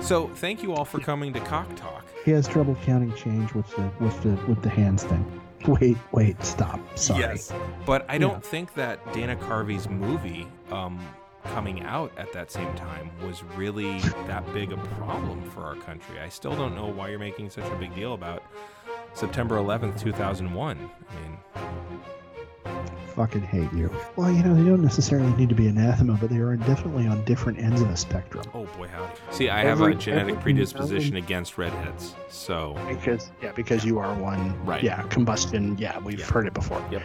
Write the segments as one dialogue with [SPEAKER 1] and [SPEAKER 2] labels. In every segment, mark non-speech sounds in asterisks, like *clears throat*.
[SPEAKER 1] So thank you all for coming to Cock Talk.
[SPEAKER 2] He has trouble counting change with the with the with the hands thing. Wait, wait, stop. Sorry.
[SPEAKER 1] Yes, but I don't think that Dana Carvey's movie um, coming out at that same time was really that big a problem for our country. I still don't know why you're making such a big deal about September 11th, 2001. I mean,
[SPEAKER 2] Fucking hate you. Well, you know, they don't necessarily need to be anathema, but they are definitely on different ends of a spectrum.
[SPEAKER 1] oh boy, howdy. See, I have
[SPEAKER 2] Every-
[SPEAKER 1] a genetic
[SPEAKER 2] every
[SPEAKER 1] predisposition against redheads, so
[SPEAKER 2] Because yeah, because you are one.
[SPEAKER 1] Right.
[SPEAKER 2] Yeah, combustion. Yeah, we've
[SPEAKER 1] Yeah.
[SPEAKER 2] heard it before.
[SPEAKER 1] Yep.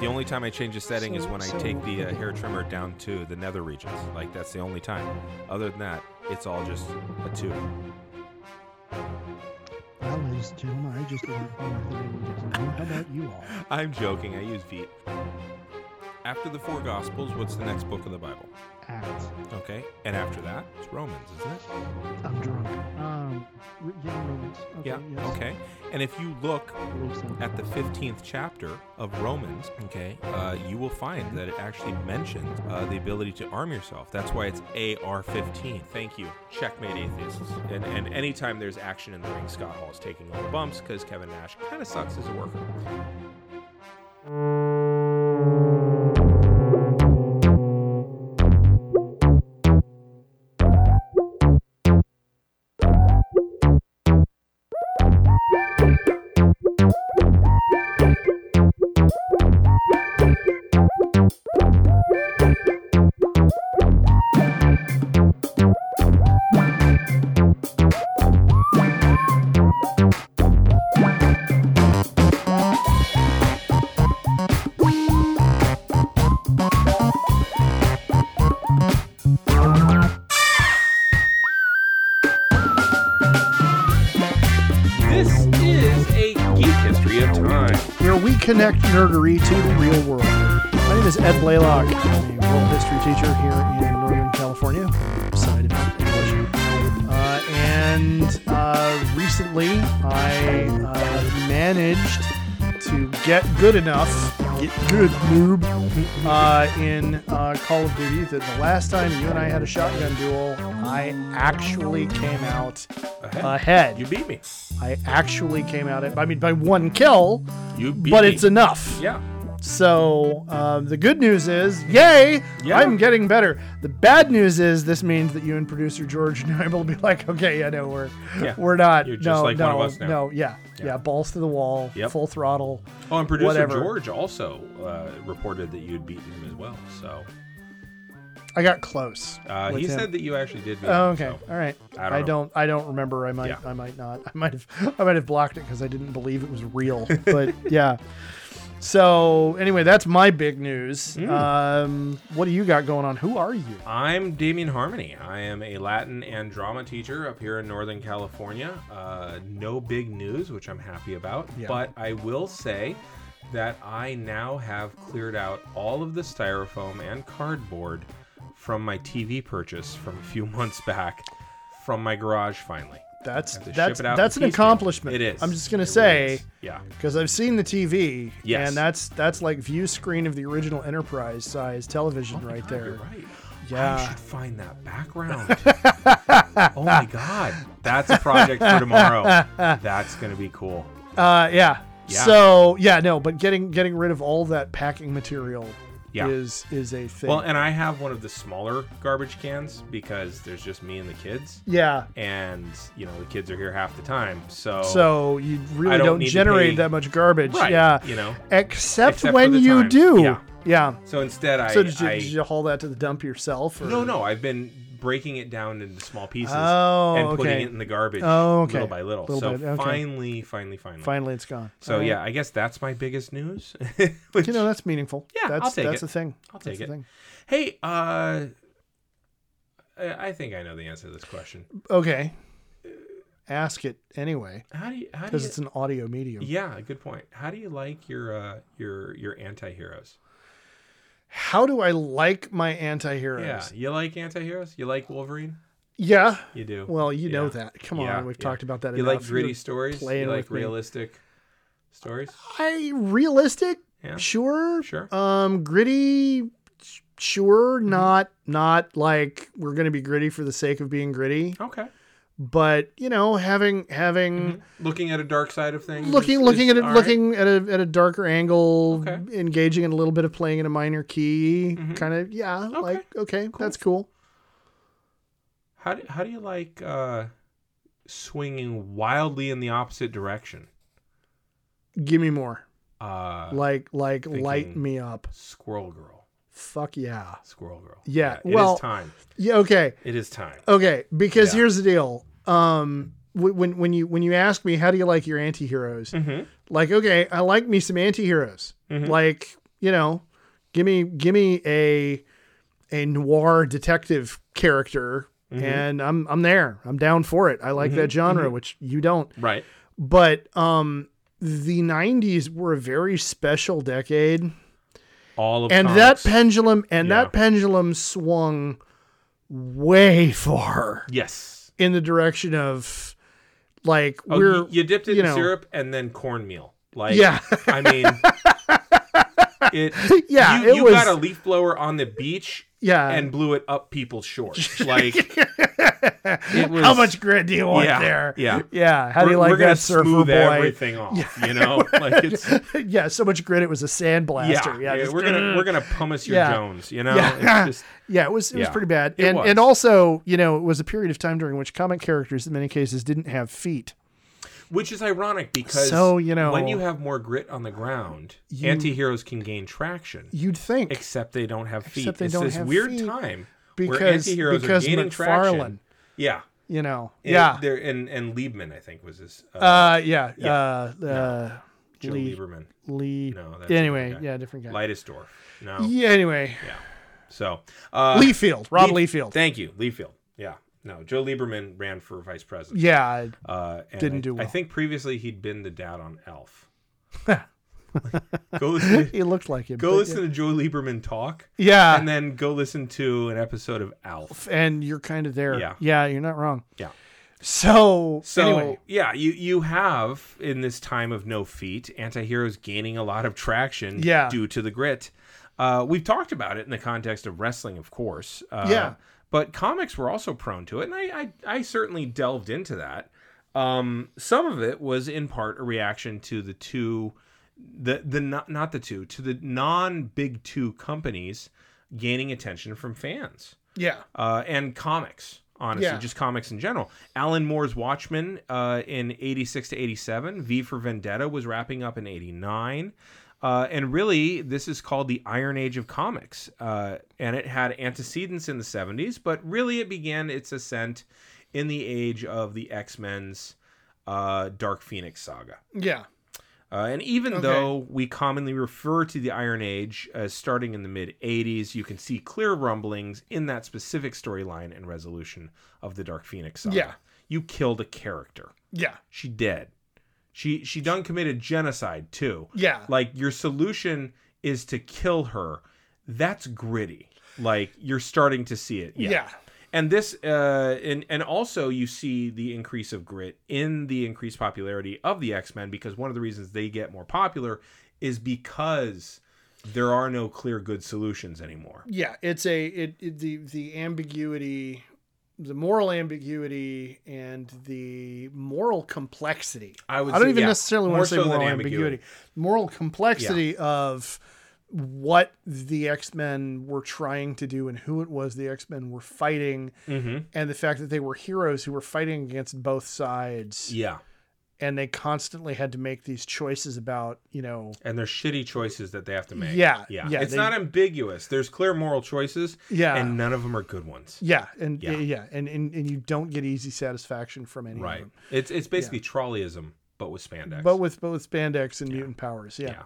[SPEAKER 1] the only time I change the setting is
[SPEAKER 2] So-
[SPEAKER 1] when I
[SPEAKER 2] so-
[SPEAKER 1] take the uh, hair trimmer down to the nether regions. Like that's the only time. Other than that, it's all just a two.
[SPEAKER 2] Well, ladies and gentlemen, I just learned more than anyone does. Now, How about you all?
[SPEAKER 1] I'm joking. I use Veet. After the four Gospels, what's the next book of the Bible?
[SPEAKER 2] Acts.
[SPEAKER 1] Okay, and after that, it's Romans, isn't it?
[SPEAKER 2] I'm drunk. Um, re- yeah, Romans. Okay,
[SPEAKER 1] yeah.
[SPEAKER 2] yes,
[SPEAKER 1] Okay. And if you look
[SPEAKER 2] I believe so.
[SPEAKER 1] at the 15th chapter of Romans, okay, uh, you will find that it actually mentions uh, the ability to arm yourself. That's why it's AR-15. Thank you, checkmate atheists. And and anytime there's action in the ring, Scott Hall is taking all the bumps because Kevin Nash kind of sucks as a worker. This is a geek history of time.
[SPEAKER 3] where we connect nerdery to the real world. My name is Ed Blaylock. I'm a world history teacher here in Northern California, side of English. Uh, and uh, recently, I uh, managed to get good enough, get good, noob, uh, in uh, Call of Duty that the last time you and I had a shotgun duel, I actually came out
[SPEAKER 1] Ahead.
[SPEAKER 3] ahead.
[SPEAKER 1] you beat me.
[SPEAKER 3] I actually came out at, I mean, by one kill,
[SPEAKER 1] You beat
[SPEAKER 3] but
[SPEAKER 1] me.
[SPEAKER 3] it's enough.
[SPEAKER 1] yeah.
[SPEAKER 3] So um, the good news is, yay,
[SPEAKER 1] Yeah.
[SPEAKER 3] I'm getting better. The bad news is, this means that you and producer George and I will be like, okay, yeah, no, we're
[SPEAKER 1] Yeah.
[SPEAKER 3] we're not.
[SPEAKER 1] You're just
[SPEAKER 3] no,
[SPEAKER 1] like
[SPEAKER 3] no,
[SPEAKER 1] one of us now."
[SPEAKER 3] no, yeah,
[SPEAKER 1] Yeah.
[SPEAKER 3] yeah, balls to the wall,
[SPEAKER 1] Yep.
[SPEAKER 3] full throttle.
[SPEAKER 1] Oh, and producer
[SPEAKER 3] Whatever.
[SPEAKER 1] George also uh, reported that you'd beaten him as well. So
[SPEAKER 3] I got close.
[SPEAKER 1] uh,
[SPEAKER 3] with
[SPEAKER 1] he
[SPEAKER 3] him.
[SPEAKER 1] said that you actually did. Beat
[SPEAKER 3] Oh,
[SPEAKER 1] him,
[SPEAKER 3] okay,
[SPEAKER 1] so.
[SPEAKER 3] all right.
[SPEAKER 1] I don't
[SPEAKER 3] I
[SPEAKER 1] know.
[SPEAKER 3] don't. I don't remember. I might.
[SPEAKER 1] Yeah.
[SPEAKER 3] I might not. I might have. I might have blocked it because I didn't believe it
[SPEAKER 1] *laughs*
[SPEAKER 3] was real. But yeah. So anyway, that's my big news.
[SPEAKER 1] Mm.
[SPEAKER 3] Um, what do you got going on? Who are you?
[SPEAKER 1] I'm Damien Harmony. I am a Latin and drama teacher up here in Northern California. Uh, no big news, which I'm happy about.
[SPEAKER 3] Yeah.
[SPEAKER 1] But I will say that I now have cleared out all of the styrofoam and cardboard from my TV purchase from a few *laughs* months back from my garage finally.
[SPEAKER 3] That's
[SPEAKER 1] Have to ship
[SPEAKER 3] that's
[SPEAKER 1] it out
[SPEAKER 3] that's
[SPEAKER 1] in
[SPEAKER 3] an
[SPEAKER 1] piecemeal.
[SPEAKER 3] accomplishment.
[SPEAKER 1] It is.
[SPEAKER 3] I'm just gonna
[SPEAKER 1] It really
[SPEAKER 3] say
[SPEAKER 1] is. yeah.
[SPEAKER 3] because I've seen the TV,
[SPEAKER 1] Yes.
[SPEAKER 3] and that's that's like view screen of the original Enterprise size television right
[SPEAKER 1] Oh God,
[SPEAKER 3] there.
[SPEAKER 1] You're right. I
[SPEAKER 3] Yeah.
[SPEAKER 1] should find that
[SPEAKER 3] *laughs*
[SPEAKER 1] background. oh my god, that's a project for tomorrow. That's gonna be cool.
[SPEAKER 3] Uh, yeah.
[SPEAKER 1] Yeah.
[SPEAKER 3] So yeah, no, but getting getting rid of all that packing material
[SPEAKER 1] Yeah.
[SPEAKER 3] is is a thing.
[SPEAKER 1] Well, and I have one of the smaller garbage cans because there's just me and the kids,
[SPEAKER 3] yeah.
[SPEAKER 1] and you know the kids are here half the time, so
[SPEAKER 3] So you really
[SPEAKER 1] don't
[SPEAKER 3] don't,
[SPEAKER 1] need to
[SPEAKER 3] generate
[SPEAKER 1] pay-
[SPEAKER 3] that much garbage.
[SPEAKER 1] right,
[SPEAKER 3] Yeah.
[SPEAKER 1] you know.
[SPEAKER 3] Except,
[SPEAKER 1] Except for
[SPEAKER 3] when
[SPEAKER 1] the
[SPEAKER 3] you
[SPEAKER 1] time.
[SPEAKER 3] do.
[SPEAKER 1] Yeah.
[SPEAKER 3] Yeah.
[SPEAKER 1] So instead, I,
[SPEAKER 3] So did you,
[SPEAKER 1] I
[SPEAKER 3] did you haul that to the dump yourself? Or?
[SPEAKER 1] no, no, I've been breaking it down into small pieces
[SPEAKER 3] Oh,
[SPEAKER 1] and putting
[SPEAKER 3] okay.
[SPEAKER 1] it in the garbage,
[SPEAKER 3] Oh, okay.
[SPEAKER 1] little by little.
[SPEAKER 3] Little
[SPEAKER 1] so
[SPEAKER 3] by- okay.
[SPEAKER 1] finally, finally, finally,
[SPEAKER 3] Finally, it's gone.
[SPEAKER 1] So
[SPEAKER 3] All right.
[SPEAKER 1] yeah, I guess that's my biggest news. *laughs*
[SPEAKER 3] you know that's meaningful.
[SPEAKER 1] Yeah, I'll
[SPEAKER 3] that's
[SPEAKER 1] take
[SPEAKER 3] that's
[SPEAKER 1] it.
[SPEAKER 3] a thing.
[SPEAKER 1] I'll
[SPEAKER 3] That's
[SPEAKER 1] take
[SPEAKER 3] a
[SPEAKER 1] it.
[SPEAKER 3] Thing.
[SPEAKER 1] hey, uh, I I think I know the answer to this question.
[SPEAKER 3] Okay, ask it anyway
[SPEAKER 1] How do you? How do
[SPEAKER 3] because
[SPEAKER 1] you?
[SPEAKER 3] it's an audio medium.
[SPEAKER 1] Yeah, good point. How do you like your uh your your anti-heroes?
[SPEAKER 3] How do I like my antiheroes?
[SPEAKER 1] Yeah, you like anti-heroes? You like Wolverine?
[SPEAKER 3] Yeah.
[SPEAKER 1] You do.
[SPEAKER 3] Well, you know
[SPEAKER 1] Yeah.
[SPEAKER 3] that. Come
[SPEAKER 1] Yeah,
[SPEAKER 3] on, we've
[SPEAKER 1] yeah.
[SPEAKER 3] talked about that.
[SPEAKER 1] you
[SPEAKER 3] enough.
[SPEAKER 1] like gritty
[SPEAKER 3] You're
[SPEAKER 1] stories? You
[SPEAKER 3] playing
[SPEAKER 1] like
[SPEAKER 3] with me.
[SPEAKER 1] realistic stories?
[SPEAKER 3] I realistic. *laughs*
[SPEAKER 1] Yeah.
[SPEAKER 3] Sure.
[SPEAKER 1] Sure. Mm-hmm.
[SPEAKER 3] Um, gritty. Sure. Not not like we're gonna be gritty for the sake of being gritty.
[SPEAKER 1] Okay.
[SPEAKER 3] but you know, having
[SPEAKER 1] Mm-hmm.
[SPEAKER 3] having
[SPEAKER 1] Looking at a dark side of things.
[SPEAKER 3] looking
[SPEAKER 1] is-
[SPEAKER 3] looking
[SPEAKER 1] is
[SPEAKER 3] at it,
[SPEAKER 1] all right.
[SPEAKER 3] looking at a at a darker angle,
[SPEAKER 1] Okay.
[SPEAKER 3] engaging in a little bit of playing in a minor key, kind of yeah, like Mm-hmm. okay, that's cool.
[SPEAKER 1] How do, how do you like uh, swinging wildly in the opposite direction?
[SPEAKER 3] Give me more,
[SPEAKER 1] Uh,
[SPEAKER 3] like like light
[SPEAKER 1] thinking-
[SPEAKER 3] me up.
[SPEAKER 1] Squirrel Girl.
[SPEAKER 3] Fuck yeah,
[SPEAKER 1] Squirrel Girl.
[SPEAKER 3] Yeah,
[SPEAKER 1] It is
[SPEAKER 3] well-
[SPEAKER 1] time.
[SPEAKER 3] yeah okay.
[SPEAKER 1] It is time.
[SPEAKER 3] Okay, because
[SPEAKER 1] Yeah.
[SPEAKER 3] here's the deal. Um, wh- when when you when you ask me how do you like your anti-heroes?
[SPEAKER 1] Mhm.
[SPEAKER 3] Like, okay, I like me some anti-heroes.
[SPEAKER 1] Mm-hmm.
[SPEAKER 3] Like, you know, give me give me a a noir detective character
[SPEAKER 1] Mm-hmm.
[SPEAKER 3] and I'm I'm there. I'm down for it. I like that genre, which you don't.
[SPEAKER 1] Right.
[SPEAKER 3] But um the 90s were a very special decade
[SPEAKER 1] All of
[SPEAKER 3] and
[SPEAKER 1] comics.
[SPEAKER 3] that pendulum and
[SPEAKER 1] Yeah.
[SPEAKER 3] that pendulum swung way far
[SPEAKER 1] yes.
[SPEAKER 3] in the direction of like
[SPEAKER 1] Oh,
[SPEAKER 3] we're
[SPEAKER 1] you, you dipped it
[SPEAKER 3] you
[SPEAKER 1] in
[SPEAKER 3] know.
[SPEAKER 1] syrup and then cornmeal. Like
[SPEAKER 3] Yeah. *laughs*
[SPEAKER 1] I mean it
[SPEAKER 3] Yeah,
[SPEAKER 1] you,
[SPEAKER 3] it
[SPEAKER 1] you
[SPEAKER 3] was- Uh,
[SPEAKER 1] got a leaf blower on the beach
[SPEAKER 3] yeah
[SPEAKER 1] and blew it up people's
[SPEAKER 3] *laughs*
[SPEAKER 1] shorts. Like it was
[SPEAKER 3] how much grit do you want
[SPEAKER 1] yeah,
[SPEAKER 3] there
[SPEAKER 1] yeah.
[SPEAKER 3] yeah how do
[SPEAKER 1] we're,
[SPEAKER 3] you like
[SPEAKER 1] we're gonna
[SPEAKER 3] that surfer
[SPEAKER 1] smooth
[SPEAKER 3] boy
[SPEAKER 1] everything off, you know? Like it's
[SPEAKER 3] *laughs* yeah so much grit it was a
[SPEAKER 1] yeah,
[SPEAKER 3] sandblaster yeah
[SPEAKER 1] yeah,
[SPEAKER 3] just- mm.
[SPEAKER 1] we're gonna we're gonna pumice your
[SPEAKER 3] Yeah.
[SPEAKER 1] Jones, you know?
[SPEAKER 3] Yeah. *laughs*
[SPEAKER 1] It's just
[SPEAKER 3] yeah it was it was
[SPEAKER 1] Yeah,
[SPEAKER 3] pretty bad
[SPEAKER 1] it
[SPEAKER 3] and
[SPEAKER 1] was.
[SPEAKER 3] and also you know it was a period of time during which comic characters in many cases didn't have feet
[SPEAKER 1] Which is ironic because
[SPEAKER 3] So, you know-
[SPEAKER 1] when you have more grit on the ground, anti-heroes can gain traction.
[SPEAKER 3] you'd think
[SPEAKER 1] Except they don't have feet.
[SPEAKER 3] Except they
[SPEAKER 1] it's
[SPEAKER 3] don't
[SPEAKER 1] this
[SPEAKER 3] have
[SPEAKER 1] weird
[SPEAKER 3] feet
[SPEAKER 1] time where
[SPEAKER 3] because
[SPEAKER 1] anti-heroes
[SPEAKER 3] because
[SPEAKER 1] are gaining
[SPEAKER 3] McFarlane
[SPEAKER 1] traction. Yeah.
[SPEAKER 3] you know
[SPEAKER 1] And
[SPEAKER 3] yeah
[SPEAKER 1] There and and Liebman, I think, was his uh,
[SPEAKER 3] uh yeah, uh, uh
[SPEAKER 1] Joe
[SPEAKER 3] Lee-
[SPEAKER 1] Lieberman.
[SPEAKER 3] Lee.
[SPEAKER 1] No, that's a
[SPEAKER 3] anyway,
[SPEAKER 1] different guy.
[SPEAKER 3] yeah, different guy.
[SPEAKER 1] Lightesdorf. No.
[SPEAKER 3] Yeah, anyway,
[SPEAKER 1] So uh
[SPEAKER 3] Lee Field, Rob Lee, Field.
[SPEAKER 1] Thank you, Leafield. Yeah. No, Joe Lieberman ran for vice president.
[SPEAKER 3] yeah,
[SPEAKER 1] Uh, and
[SPEAKER 3] Didn't
[SPEAKER 1] I,
[SPEAKER 3] do
[SPEAKER 1] I
[SPEAKER 3] well.
[SPEAKER 1] think previously he'd been the dad on
[SPEAKER 3] *laughs*
[SPEAKER 1] Elf. go listen to,
[SPEAKER 3] he looked like him.
[SPEAKER 1] go
[SPEAKER 3] but
[SPEAKER 1] listen to Joe Lieberman talk,
[SPEAKER 3] Yeah,
[SPEAKER 1] and then go listen to an episode of Alf.
[SPEAKER 3] and, you're kind of there.
[SPEAKER 1] Yeah.
[SPEAKER 3] you're not wrong.
[SPEAKER 1] Yeah.
[SPEAKER 3] So,
[SPEAKER 1] So
[SPEAKER 3] anyway,
[SPEAKER 1] yeah, you you have in this time of no feet, anti-heroes gaining a lot of traction
[SPEAKER 3] Yeah.
[SPEAKER 1] due to the grit. Uh, we've talked about it in the context of wrestling, of course. Uh,
[SPEAKER 3] Yeah.
[SPEAKER 1] But comics were also prone to it, and I I, I certainly delved into that. Um, some of it was in part a reaction to the two, the the not not the two to the non big two companies gaining attention from fans
[SPEAKER 3] yeah,
[SPEAKER 1] uh, and comics, honestly,
[SPEAKER 3] Yeah.
[SPEAKER 1] just comics in general. Alan Moore's Watchmen uh, in 86 to 87, V for Vendetta was wrapping up in 89. Uh, and really, this is called the Iron Age of comics. Uh, and it had antecedents in the 70s, but really it began its ascent in the age of the X Men's uh, Dark Phoenix saga.
[SPEAKER 3] yeah,
[SPEAKER 1] Uh, and even though we commonly refer to the Iron Age as starting in the mid 80s, you can see clear rumblings in that specific storyline and resolution of the Dark Phoenix saga.
[SPEAKER 3] Yeah.
[SPEAKER 1] You killed a character.
[SPEAKER 3] yeah,
[SPEAKER 1] She dead. She she done committed genocide too.
[SPEAKER 3] yeah,
[SPEAKER 1] Like your solution is to kill her. That's gritty. Like you're starting to see it.
[SPEAKER 3] yeah,
[SPEAKER 1] And this, uh, and and also you see the increase of grit in the increased popularity of the X Men because one of the reasons they get more popular is because there are no clear good solutions anymore.
[SPEAKER 3] yeah. It's a it, it the the ambiguity, the moral ambiguity, and the moral complexity.
[SPEAKER 1] I would.
[SPEAKER 3] I don't
[SPEAKER 1] say,
[SPEAKER 3] even
[SPEAKER 1] yeah,
[SPEAKER 3] necessarily want
[SPEAKER 1] more
[SPEAKER 3] to say
[SPEAKER 1] so than
[SPEAKER 3] moral ambiguity. Moral complexity of what the X Men were trying to do and who it was the X Men were fighting,
[SPEAKER 1] Mhm.
[SPEAKER 3] and the fact that they were heroes who were fighting against both sides,
[SPEAKER 1] Yeah,
[SPEAKER 3] and they constantly had to make these choices about, you know,
[SPEAKER 1] and there's shitty choices that they have to make.
[SPEAKER 3] Yeah,
[SPEAKER 1] yeah.
[SPEAKER 3] yeah,
[SPEAKER 1] it's
[SPEAKER 3] they-
[SPEAKER 1] not ambiguous. There's clear moral choices,
[SPEAKER 3] yeah,
[SPEAKER 1] and none of them are good ones.
[SPEAKER 3] yeah, and yeah,
[SPEAKER 1] Yeah.
[SPEAKER 3] and, and and you don't get easy satisfaction from any
[SPEAKER 1] Right.
[SPEAKER 3] of them.
[SPEAKER 1] It's it's basically trolleyism, but with spandex.
[SPEAKER 3] But with but with spandex and mutant powers, yeah.
[SPEAKER 1] Yeah.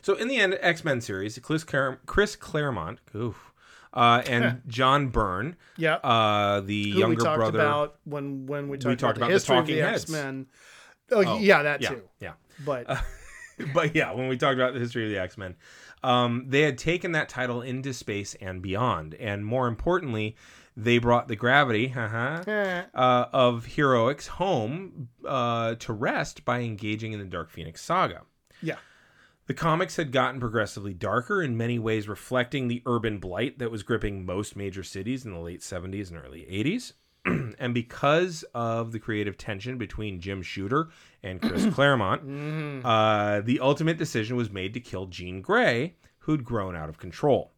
[SPEAKER 1] So in the end, X Men series, Chris, Clar- Chris Claremont, oof, uh,
[SPEAKER 3] *laughs*
[SPEAKER 1] and John Byrne,
[SPEAKER 3] Yeah.
[SPEAKER 1] uh, the
[SPEAKER 3] who
[SPEAKER 1] younger
[SPEAKER 3] we talked
[SPEAKER 1] brother.
[SPEAKER 3] about when when we talked,
[SPEAKER 1] talked about the
[SPEAKER 3] about, the history
[SPEAKER 1] talking
[SPEAKER 3] of the
[SPEAKER 1] heads.
[SPEAKER 3] X-Men. Oh, yeah, that
[SPEAKER 1] yeah,
[SPEAKER 3] too.
[SPEAKER 1] yeah. *laughs*
[SPEAKER 3] But
[SPEAKER 1] But yeah, when we talked about the history of the X Men, um, they had taken that title into space and beyond, and more importantly, they brought the gravity *laughs* haha,
[SPEAKER 3] Eh.
[SPEAKER 1] uh, of heroics home uh, to rest by engaging in the Dark Phoenix saga.
[SPEAKER 3] yeah,
[SPEAKER 1] The comics had gotten progressively darker, in many ways reflecting the urban blight that was gripping most major cities in the late 70s and early 80s. *clears throat* and because of the creative tension between Jim Shooter and Chris Claremont, uh, the ultimate decision was made to kill Jean Grey, who'd grown out of control.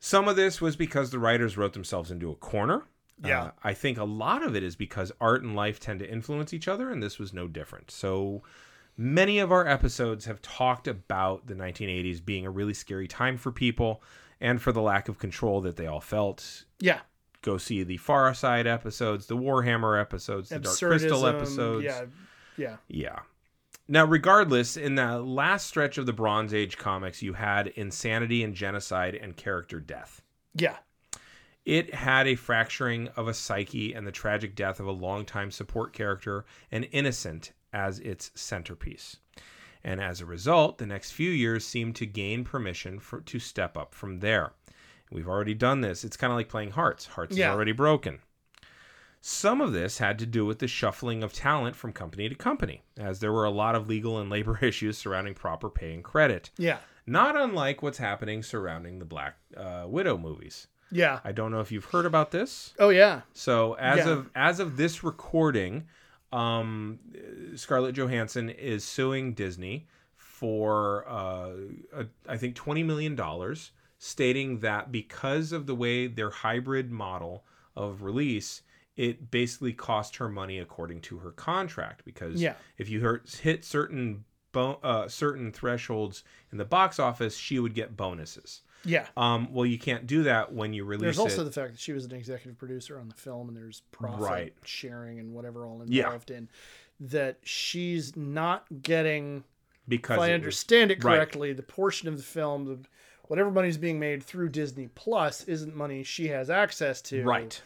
[SPEAKER 1] Some of this was because the writers wrote themselves into a corner.
[SPEAKER 3] Yeah.
[SPEAKER 1] Uh, I think a lot of it is because art and life tend to influence each other, and this was no different. So many of our episodes have talked about the 1980s being a really scary time for people and for the lack of control that they all felt
[SPEAKER 3] Yeah.
[SPEAKER 1] go see the Far Side episodes, the Warhammer episodes, the Dark Crystal
[SPEAKER 3] Absurdism,
[SPEAKER 1] episodes.
[SPEAKER 3] Yeah. Yeah.
[SPEAKER 1] Yeah. Now, regardless, in the last stretch of the Bronze Age comics, you had insanity and genocide and character death.
[SPEAKER 3] Yeah.
[SPEAKER 1] It had a fracturing of a psyche and the tragic death of a longtime support character, an innocent, as its centerpiece. And as a result, the next few years seemed to gain permission for, to step up from there. We've already done this. It's kind of like playing Hearts. Hearts
[SPEAKER 3] Yeah.
[SPEAKER 1] is already broken. Some of this had to do with the shuffling of talent from company to company, as there were a lot of legal and labor *laughs* issues surrounding proper pay and credit,
[SPEAKER 3] Yeah.
[SPEAKER 1] not unlike what's happening surrounding the Black uh, Widow movies.
[SPEAKER 3] Yeah.
[SPEAKER 1] I don't know if you've heard about this.
[SPEAKER 3] Oh yeah.
[SPEAKER 1] So as
[SPEAKER 3] Yeah.
[SPEAKER 1] of as of this recording, um, Scarlett Johansson is suing Disney for uh, a, I think twenty million dollars, stating that because of the way their hybrid model of release, it basically cost her money according to her contract. Because
[SPEAKER 3] Yeah.
[SPEAKER 1] if you hurt, hit certain bo- uh, certain thresholds in the box office, she would get bonuses.
[SPEAKER 3] Yeah.
[SPEAKER 1] Um, well, you can't do that when you release
[SPEAKER 3] There's also
[SPEAKER 1] it.
[SPEAKER 3] the fact that she was an executive producer on the film, and there's profit
[SPEAKER 1] Right.
[SPEAKER 3] sharing and whatever all
[SPEAKER 1] Yeah.
[SPEAKER 3] involved in that. She's not getting,
[SPEAKER 1] because
[SPEAKER 3] if I
[SPEAKER 1] it was-
[SPEAKER 3] understand it
[SPEAKER 1] right.
[SPEAKER 3] correctly, the portion of the film, the, whatever money's being made through Disney Plus, isn't money she has access to.
[SPEAKER 1] right,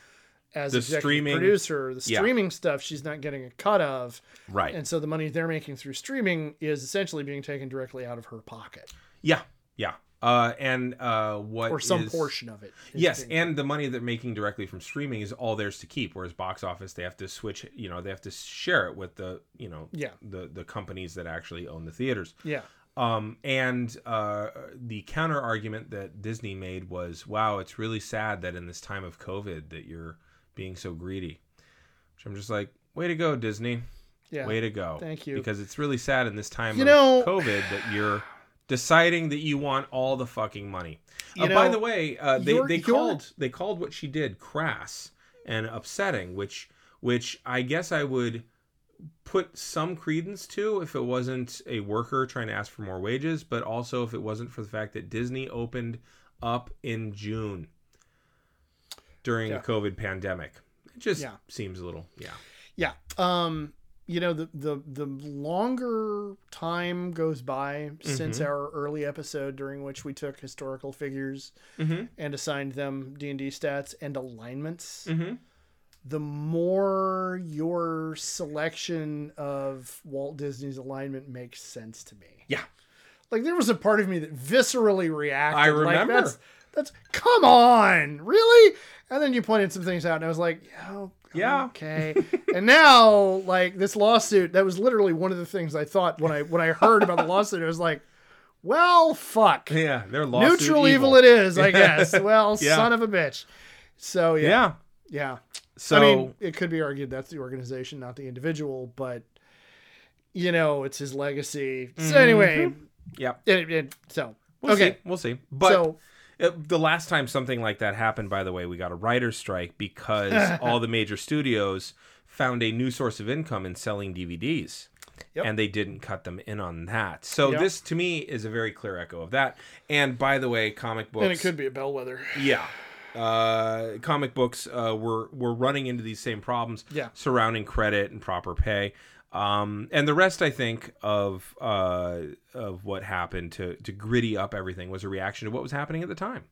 [SPEAKER 3] As
[SPEAKER 1] The
[SPEAKER 3] executive
[SPEAKER 1] streaming-
[SPEAKER 3] producer, the
[SPEAKER 1] yeah.
[SPEAKER 3] streaming stuff she's not getting a cut of,
[SPEAKER 1] right.
[SPEAKER 3] and so the money they're making through streaming is essentially being taken directly out of her pocket,
[SPEAKER 1] Yeah, yeah. Uh, and uh, what
[SPEAKER 3] or some
[SPEAKER 1] is-
[SPEAKER 3] portion of it. is
[SPEAKER 1] Yes,
[SPEAKER 3] being-
[SPEAKER 1] and the money they're making directly from streaming is all theirs to keep. Whereas box office, they have to switch. You know, they have to share it with the you know
[SPEAKER 3] Yeah.
[SPEAKER 1] the the companies that actually own the theaters.
[SPEAKER 3] yeah,
[SPEAKER 1] Um, and uh, the counter argument that Disney made was, "Wow, it's really sad that in this time of COVID that you're being so greedy." Which I'm just like, "Way to go, Disney!
[SPEAKER 3] yeah.
[SPEAKER 1] Way to go!"
[SPEAKER 3] Thank you.
[SPEAKER 1] Because it's really sad in this time
[SPEAKER 3] You
[SPEAKER 1] of
[SPEAKER 3] know-
[SPEAKER 1] COVID that you're deciding that you want all the fucking money.
[SPEAKER 3] You
[SPEAKER 1] Uh, by
[SPEAKER 3] know,
[SPEAKER 1] the way, uh, they,
[SPEAKER 3] you're-
[SPEAKER 1] they
[SPEAKER 3] you're-
[SPEAKER 1] called they called what she did crass and upsetting, which which I guess I would put some credence to if it wasn't a worker trying to ask for more wages, but also if it wasn't for the fact that Disney opened up in June during
[SPEAKER 3] Yeah.
[SPEAKER 1] the COVID pandemic. It just
[SPEAKER 3] Yeah.
[SPEAKER 1] seems a little yeah.
[SPEAKER 3] Yeah. Um, you know, the the the longer time goes by since our early episode during which we took historical figures
[SPEAKER 1] Mhm.
[SPEAKER 3] and assigned them D&D stats and alignments,
[SPEAKER 1] Mm-hmm.
[SPEAKER 3] the more your selection of Walt Disney's alignment makes sense to me.
[SPEAKER 1] Yeah.
[SPEAKER 3] Like there was a part of me that viscerally reacted.
[SPEAKER 1] I
[SPEAKER 3] Like,
[SPEAKER 1] remember.
[SPEAKER 3] that's that's come on, really? And then you pointed some things out, and I was like, oh,
[SPEAKER 1] Yeah.
[SPEAKER 3] okay. and now, like this lawsuit, that was literally one of the things I thought when I when I heard about the lawsuit. I was like, well, fuck.
[SPEAKER 1] Yeah, they're lawsuit
[SPEAKER 3] Neutral evil. it is,
[SPEAKER 1] *laughs*
[SPEAKER 3] I guess. Well,
[SPEAKER 1] Yeah.
[SPEAKER 3] son of a bitch. So
[SPEAKER 1] Yeah.
[SPEAKER 3] yeah, yeah.
[SPEAKER 1] So
[SPEAKER 3] I mean, it could be argued that's the organization, not the individual, but you know, it's his legacy. So anyway,
[SPEAKER 1] Yep.
[SPEAKER 3] it, it, so
[SPEAKER 1] Mm-hmm. We'll
[SPEAKER 3] okay,
[SPEAKER 1] see. We'll see. But
[SPEAKER 3] so
[SPEAKER 1] it- the last time something like that happened, by the way, we got a writer's strike
[SPEAKER 3] *laughs*
[SPEAKER 1] because all the major studios found a new source of income in selling DVDs.
[SPEAKER 3] Yep.
[SPEAKER 1] And they didn't cut them in on that. So
[SPEAKER 3] Yep.
[SPEAKER 1] this to me is a very clear echo of that. And by the way, comic books
[SPEAKER 3] and it could be a bellwether.
[SPEAKER 1] yeah. Uh, comic books uh, were were running into these same problems
[SPEAKER 3] Yeah.
[SPEAKER 1] surrounding credit and proper pay, um, and the rest I think of uh, of what happened to to gritty up everything was a reaction to what was happening at the time.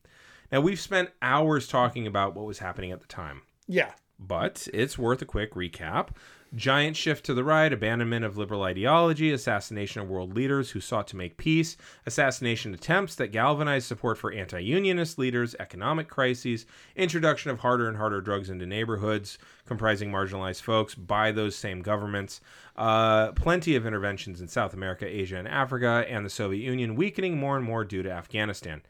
[SPEAKER 1] Now we've spent hours talking about what was happening at the time,
[SPEAKER 3] Yeah,
[SPEAKER 1] but it's worth a quick recap. Giant shift to the right, abandonment of liberal ideology, assassination of world leaders who sought to make peace, assassination attempts that galvanized support for anti unionist leaders, economic crises, introduction of harder and harder drugs into neighborhoods comprising marginalized folks by those same governments, uh, plenty of interventions in South America, Asia, and Africa, and the Soviet Union weakening more and more due to Afghanistan.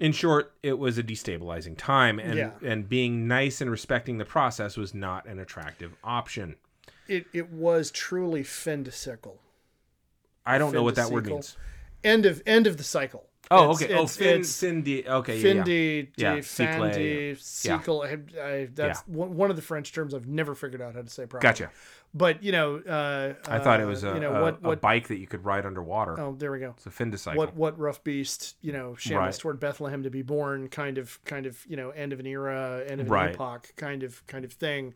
[SPEAKER 1] In short, it was a destabilizing time, and
[SPEAKER 3] Yeah.
[SPEAKER 1] and being nice and respecting the process was not an attractive option.
[SPEAKER 3] It it was truly fin to sickle.
[SPEAKER 1] I don't know what that
[SPEAKER 3] Fin-de-sequel.
[SPEAKER 1] word means.
[SPEAKER 3] End of end of the cycle.
[SPEAKER 1] Oh,
[SPEAKER 3] It's-
[SPEAKER 1] okay. oh,
[SPEAKER 3] it's-
[SPEAKER 1] fin,
[SPEAKER 3] it's-
[SPEAKER 1] Cindy. Okay, yeah,
[SPEAKER 3] fin
[SPEAKER 1] yeah.
[SPEAKER 3] de,
[SPEAKER 1] Yeah,
[SPEAKER 3] de, fin
[SPEAKER 1] sicle,
[SPEAKER 3] de,
[SPEAKER 1] yeah.
[SPEAKER 3] sicle. I, I, that's one one of the French terms I've never figured out how to say properly.
[SPEAKER 1] Gotcha.
[SPEAKER 3] But you know, uh,
[SPEAKER 1] I thought it was a,
[SPEAKER 3] you know
[SPEAKER 1] a-
[SPEAKER 3] what
[SPEAKER 1] a
[SPEAKER 3] what
[SPEAKER 1] bike that you could ride underwater.
[SPEAKER 3] oh there we go.
[SPEAKER 1] It's a fin cycle.
[SPEAKER 3] What what rough beast you know shambles
[SPEAKER 1] Right.
[SPEAKER 3] toward Bethlehem to be born kind of kind of you know end of an era end of an
[SPEAKER 1] Right.
[SPEAKER 3] epoch kind of kind of thing,